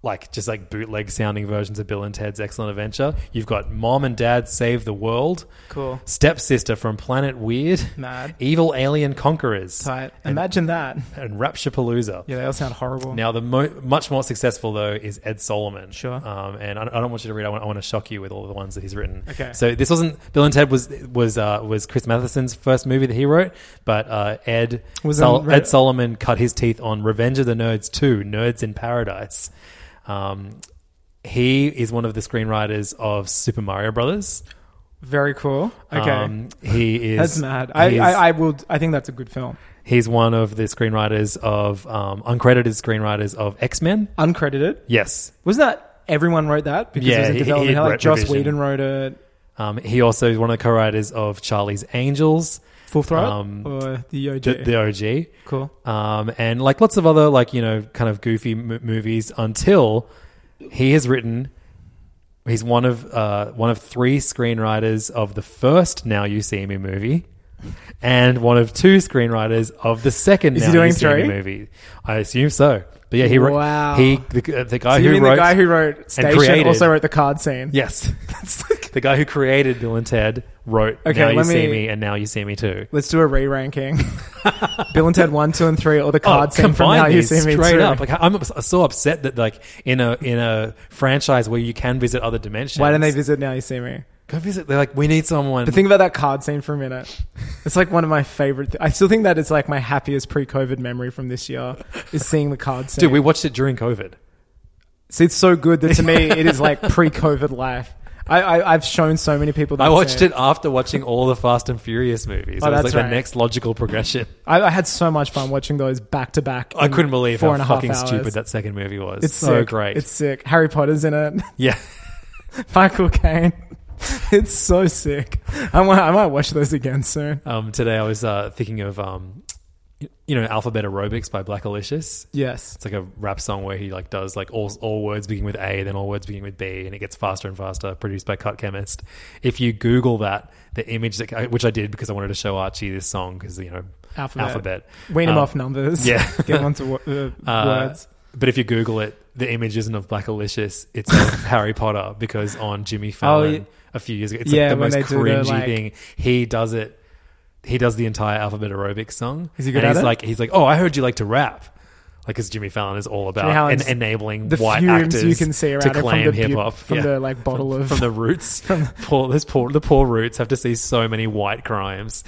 like just like bootleg sounding versions of Bill and Ted's Excellent Adventure. You've got Mom and Dad Save the World, cool. Stepsister from Planet Weird, Mad. Evil Alien Conquerors, Tight. Imagine that. and Rapturepalooza. Yeah, they all sound horrible. Now, the mo- much more successful though is Ed Solomon. Sure. Um, and I, I don't want you to read. I want, I want to shock you with all the ones that he's written. Okay. So this wasn't Bill and Ted was was uh, was Chris Matheson's first movie that he wrote, but uh, Ed Was Sol- on Re- Ed Solomon cut his teeth on Revenge of the Nerds Two: Nerds in Paradise. Um, he is one of the screenwriters of Super Mario Brothers. Very cool. Okay. Um, he is. that's mad. I, he is- I, I will. I think that's a good film. he's one of the screenwriters of um, uncredited scredited screenwriters of X Men. Uncredited. Yes. Wasn't that everyone wrote that because Yeah, it was in he- he development? had hell? like wrote Joss revision. Whedon wrote it. Um, he also is one of the co-writers of Charlie's Angels, Full Throat Um, or the OG. the, the cool. OG, um, and like lots of other like you know kind of goofy m- movies. Until he has written, he's one of uh, one of three screenwriters of the first Now You See Me movie, and one of two screenwriters of the second Is Now he doing You See Me three? movie. I assume so. But yeah, he wrote Wow. he the, the guy So you who mean wrote the guy who wrote Station created. also wrote the card scene? yes. The guy who created Bill and Ted wrote Okay, Now You let See me- Me and Now You See Me Too. Let's do a re-ranking. Bill and Ted one, two, and three, or the card scene from Oh, combine How You these See Me straight Too. up. Like I'm ups- so upset that like in a in a franchise where you can visit other dimensions. Why don't they visit Now You See Me? go visit? They're like, we need someone. But think about that card scene for a minute. It's like one of my favorite. Th- I still think that it's like my happiest pre-COVID memory from this year is seeing the card scene. Dude, we watched it during COVID. See, it's so good that to me it is like pre-COVID life. I, I I've shown so many people. That I watched scene. it after watching all the Fast and Furious movies. Oh, it was that's like right. the next logical progression. I, I had so much fun watching those back to back. I couldn't believe four how and a half fucking hours. stupid that second movie was. It's so sick. great. It's sick. Harry Potter's in it. yeah. Michael Caine. It's so sick. I might, I might watch those again soon. Um, today I was uh, thinking of um, y- you know, Alphabet Aerobics by Black Alicious. Yes. It's like a rap song where he like does like all all words begin with A, then all words begin with B, and it gets faster and faster. Produced by Cut Chemist. If you Google that, the image that I- which I did because I wanted to show Archie this song because you know Alphabet. alphabet. Wean Um, them off numbers. yeah. Get onto wo- uh, uh, words. But if you Google it, the image isn't of Blackalicious; it's of Harry Potter because on Jimmy Fallon yeah. a few years ago, it's Oh, like Yeah, the when most they do the, cringy like- thing. He does it. He does the entire alphabet aerobics song. Is he good and at he's it? like, he's like, oh, I heard you like to rap. Like, because Jimmy Fallon is all about en- Fallon's- enabling the white fumes actors you can see around to it from claim the bu- hip hop from the, like, bottle from, of- from the roots. poor, this poor, the poor roots have to see so many white crimes.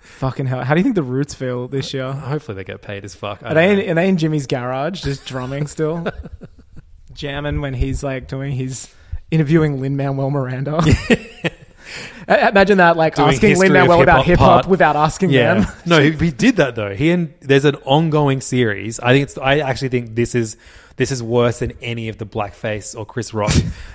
Fucking hell. How do you think the Roots feel this year? Hopefully, they get paid as fuck. I don't Are they, know. in, are they in Jimmy's garage just drumming still? Jamming when he's like doing his interviewing Lin Manuel Miranda. I- Imagine that, like Doing asking history Lin of Manuel about hip hip-hop hop part. without asking Yeah. them. no, he, he did that though. He and there's an ongoing series. I think it's. I actually think this is this is worse than any of the blackface or Chris Rock,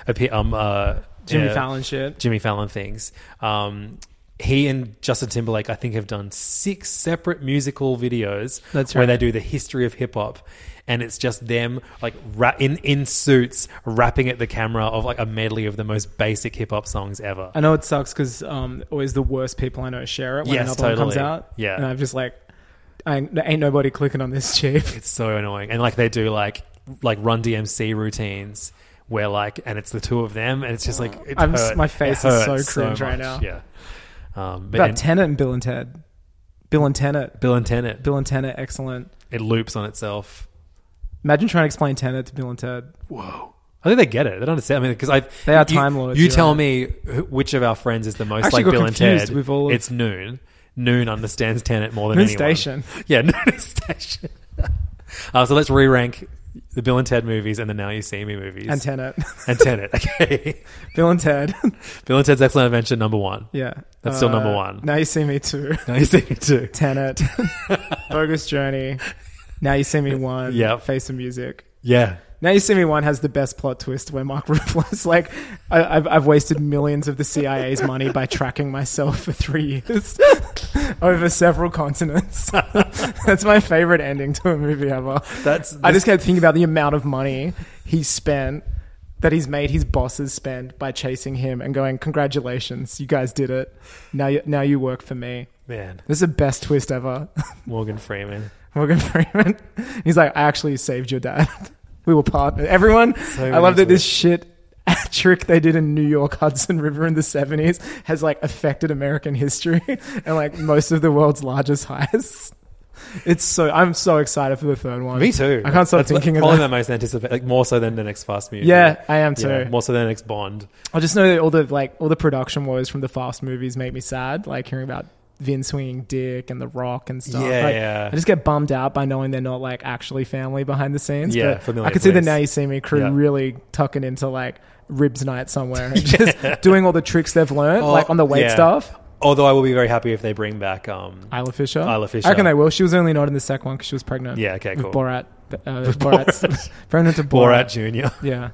appe- um, uh, Jimmy yeah, Fallon shit. Jimmy Fallon things. Um, he and Justin Timberlake, I think, have done six separate musical videos. That's where right. they do the history of hip hop, and it's just them like ra- in in suits rapping at the camera of like a medley of the most basic hip hop songs ever. I know it sucks because um, always the worst people I know share it when Yes, another one totally. comes out. Yeah. and I'm just like, I, there ain't nobody clicking on this cheap. It's so annoying. And like they do like like Run DMC routines where like and it's the two of them and it's just like it I'm s- hurt. my It face is so hurts cringe right much. now. Yeah. Um, but About and Tennant and Bill and Ted. Bill and Tennant. Bill and Tenet, Bill and Tennant, excellent. it loops on itself. Imagine trying to explain Tennant to Bill and Ted. Whoa. I think they get it. They don't understand. I mean, because I They are you- Time Lords, You you're tell right. me who- which of our friends is the most like actually got Bill and confused Ted. with all of- it's Noon. Noon understands Tenet more than Moon anyone. Station. Yeah, Noon Station. uh, so let's re rank the Bill and Ted movies and the Now You See Me movies And Tennant. and Tenet. Okay. Bill and Ted. Bill and Ted's Excellent Adventure number one. yeah. Uh, That's still number one. Now you see me too. Now you see me too. Tennant. Bogus Journey. Now you see me one. Yep. Face of Music. Yeah. Now you see me one has the best plot twist where Mark Ruffalo's like, I, I've, I've wasted millions of the CIA's money by tracking myself for three years over several continents. That's my favorite ending to a movie ever. That's I just kept thinking about the amount of money he spent that he's made his bosses spend by chasing him and going, "Congratulations, you guys did it. Now you now you work for me." man. This is the best twist ever. Morgan Freeman. Morgan Freeman. He's like, "I actually saved your dad. We were partners." Everyone, I many love that this twists. shit trick they did in New York Hudson River in the 70s has like affected American history and like most of the world's largest heists. It's so I'm so excited for the third one. Me too. I can't stop That's thinking like, about probably it. my most anticipated, like more so than the next Fast movie. Yeah, I am too. more so than the next Bond. I just know that all the like all the production woes from the Fast movies make me sad. Like hearing about Vin swinging dick and The Rock and stuff. Yeah, Like, yeah. I just get bummed out by knowing they're not like actually family behind the scenes. Yeah, but familiar I could see the place. Now You See Me crew Yeah. really tucking into like ribs night somewhere and just doing all the tricks they've learned, like on the weight yeah. stuff. Although I will be very happy if they bring back. Um, Isla Fisher. Isla Fisher. I reckon they will. She was only not in the second one because she was pregnant. Yeah, okay, with cool. Borat. Uh, Borat's pregnant to Borat Borat. Junior. Yeah.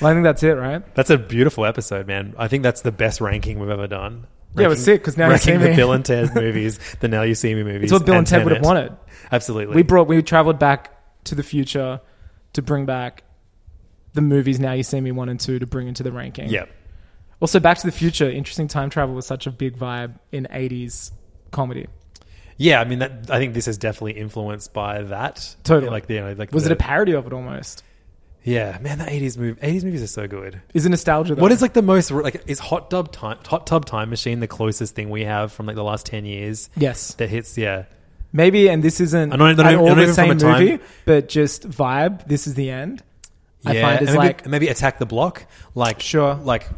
Well, I think that's it, right? That's a beautiful episode, man. I think that's the best ranking we've ever done. Yeah, it was sick, 'cause Now You ranking See the Me. Bill and Ted movies, the Now You See Me movies. It's what Bill and Ted would have Tenet. wanted. Absolutely. we brought we traveled back to the future to bring back the movies now you see me one and two to bring into the ranking Yeah. also back to the future interesting time travel was such a big vibe in 80s comedy Yeah, I mean, that, I think this is definitely influenced by that. Totally. Like, you know, like was the- it a parody of it almost Yeah, man, the eighties movie, eighties movies are so good. is it nostalgia though? What is like the most like is hot tub time hot tub time machine the closest thing we have from like the last ten years yes that hits? Yeah, maybe and this isn't I don't- I don't at even- I all don't the even from same a time- movie but just vibe this is the end yeah. i find And it's maybe, like maybe attack the block, like Sure. like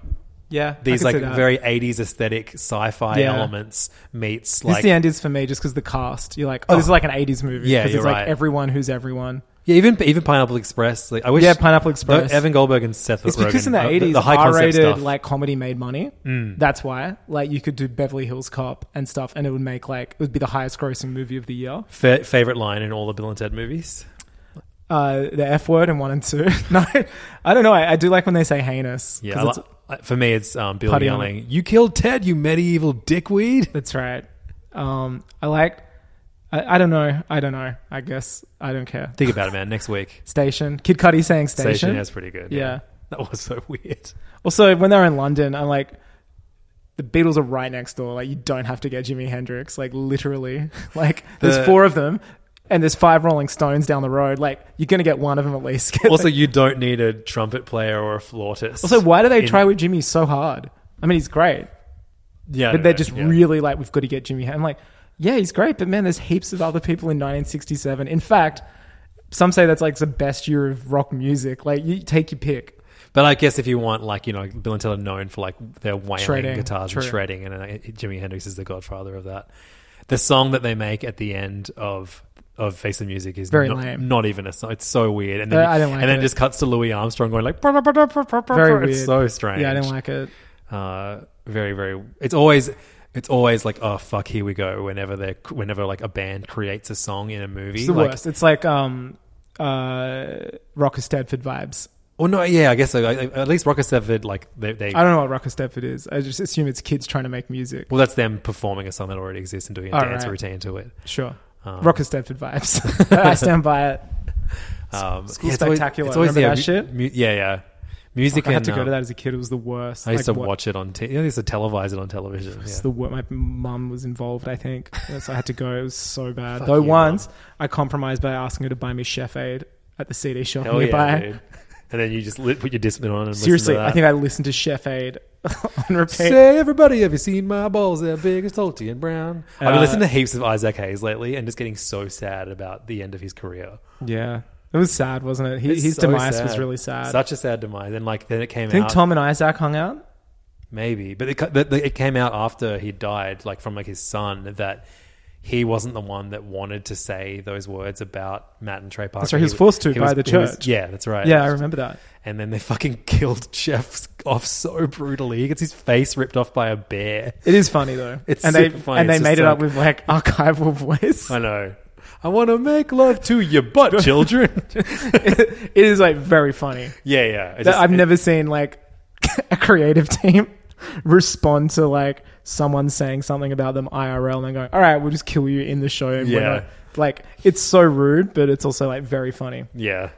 yeah I these could see like that. very eighties aesthetic sci-fi Yeah. elements meets this like the end is for me just because the cast you're like oh, this is like an 80s movie Yeah, 'cause you're it's like right. everyone who's everyone yeah even even Pineapple Express. Like I wish Yeah, Pineapple Express. No, Evan Goldberg and Seth It's because in Rogen, the uh, eighties, the high concept R-rated stuff. Mm. like comedy made money. That's why, like, you could do Beverly Hills Cop and stuff, and it would make like it would be the highest grossing movie of the year. Fa- favorite line in all the Bill and Ted movies. Uh, the F word and one and two. no, I don't know. I, I do like when they say heinous. Yeah, 'cause I it's- li- I- for me it's um, Bill Putty on yelling, "You killed Ted, you medieval dickweed." that's right. Um, I like. I, I don't know. I don't know. I guess I don't care. Think about it, man. Next week. Station. Kid Cudi saying station. Station is pretty good. Yeah. That was so weird. Also, when they're in London, I'm like, the Beatles are right next door. Like, you don't have to get Jimi Hendrix. Like, literally, like The- there's four of them, and there's five Rolling Stones down the road. Like, you're gonna get one of them at least. Also, you don't need a trumpet player or a flautist. also, why do they In- try with Jimmy so hard? I mean, he's great, Yeah, I but don't they're know. just Yeah. really like, we've got to get Jimmy. Hen-" I'm like, yeah, he's great, but man, there's heaps of other people in 1967. In fact, some say that's like the best year of rock music. Like, you take your pick. But I guess if you want, like you know, Bill and Ted are known for like their wailing Shredding. guitars True. and shredding, and uh, Jimi Hendrix is the godfather of that. The song that they make at the end of of Face of Music is Very not, lame. not even a song. It's so weird, and then Uh, I don't like and then it. just cuts to Louis Armstrong going like, "Ba-da-ba-da-ba-ba-ba-ba." Very it's weird. so strange. Yeah, I didn't like it. Uh, very, very. It's always, it's always like, oh fuck, here we go. Whenever they, are whenever like a band creates a song in a movie, It's the like, worst. It's like um, uh, Rocker Stedford vibes. well, no, yeah, I guess so. Like, at least Rocker Stedford, like they, they I don't know what Rocker Stedford is. I just assume it's kids trying to make music. well, that's them performing a song that already exists and doing a All dance right. routine to it. Sure. Um, Rocker Stedford vibes. I stand by it. Um, School it's always- Spectacular, It's always, remember that yeah, shit? mu- mu- yeah, yeah. Music. I had and, to go um, to that as a kid. It was the worst. I used Like, to what- watch it on. T- you know, they used to televise it on television. It's yeah. the wor- my mum was involved, I think. And So I had to go. It was so bad. Fuck Though you, once I compromised by asking her to buy me Chef Aid at the CD shop Hell nearby. Oh, yeah, dude. And then you just lit, put your Discman on and Listen Seriously, to I think I listened to Chef Aid on repeat. Say everybody, have you seen my balls? They're big as salty and brown. I've been Uh, listening to heaps of Isaac Hayes lately, and just getting so sad about the end of his career. Yeah, it was sad, wasn't it? He, It's his so demise was sad. really sad. Such a sad demise. And like then it came I think out. Tom and Isaac hung out. Maybe, but it, cu- but it came out after he died, like from like his son, that he wasn't the one that wanted to say those words about Matt and Trey Parker. right, he was forced to by the he was- church. yeah, that's right. Yeah, I remember that. And then they fucking killed Jeff off so brutally. He gets his face ripped off by a bear. It is funny though. It's and they super funny. and they It's made just it up like- with like archival voice. I know. I want to make love to your butt, children. it is like very funny. yeah, yeah. It That- just- I've it- never seen like a creative team respond to like someone saying something about them IRL and then going, "All right, we'll just kill you in the show." and we're Yeah. not-" like it's so rude, but it's also like very funny. Yeah,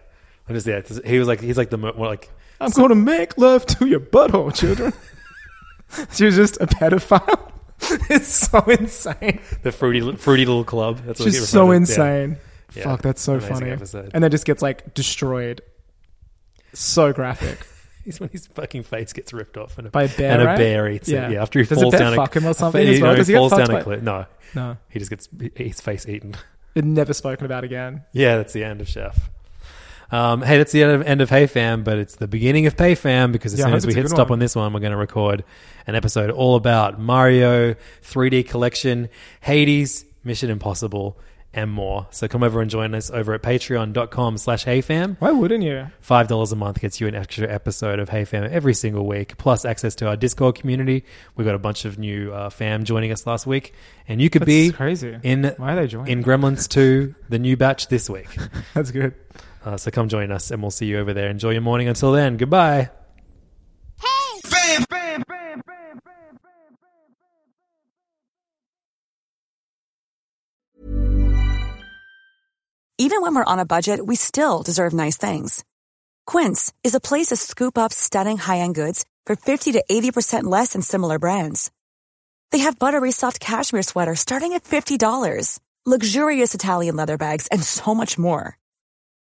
I just yeah. it's- He was like he's like the mo- more like I'm going to make love to your butthole, children. she was just a pedophile. it's so insane. the fruity li- fruity little club. That's what he She's so referred to- yeah. insane. Yeah. Fuck, that's so Amazing funny. episode. And then just gets like destroyed. So graphic. He's when his fucking face gets ripped off and a, By a bear, and a right? bear eats Yeah. it. Yeah, after he Does a falls bear down fuck him or a, something He, as well? no, he Does he get falls fucked down a by- cliff. No, No, he just gets his face eaten. it never spoken about again. Yeah, that's the end of Chef. Um, hey, that's the end of, end of Hey Fam, but it's the beginning of Pay Fam because as Yeah, I soon hope as we it's a hit good stop one. on this one, we're going to record an episode all about Mario 3D Collection, Hades, Mission Impossible, and more. So come over and join us over at patreon.com slash HeyFam. Why wouldn't you? Five dollars a month gets you an extra episode of Hey Fam every single week, plus access to our Discord community. We got a bunch of new uh, fam joining us last week, and you could That's be crazy. in Why are they joining? in Gremlins Two, the new batch this week. That's good. Uh, so come join us, and we'll see you over there. Enjoy your morning. Until then, goodbye. Even when we're on a budget, we still deserve nice things. Quince is a place to scoop up stunning high-end goods for 50 to 80% less than similar brands. They have buttery soft cashmere sweaters starting at $50, luxurious Italian leather bags, and so much more.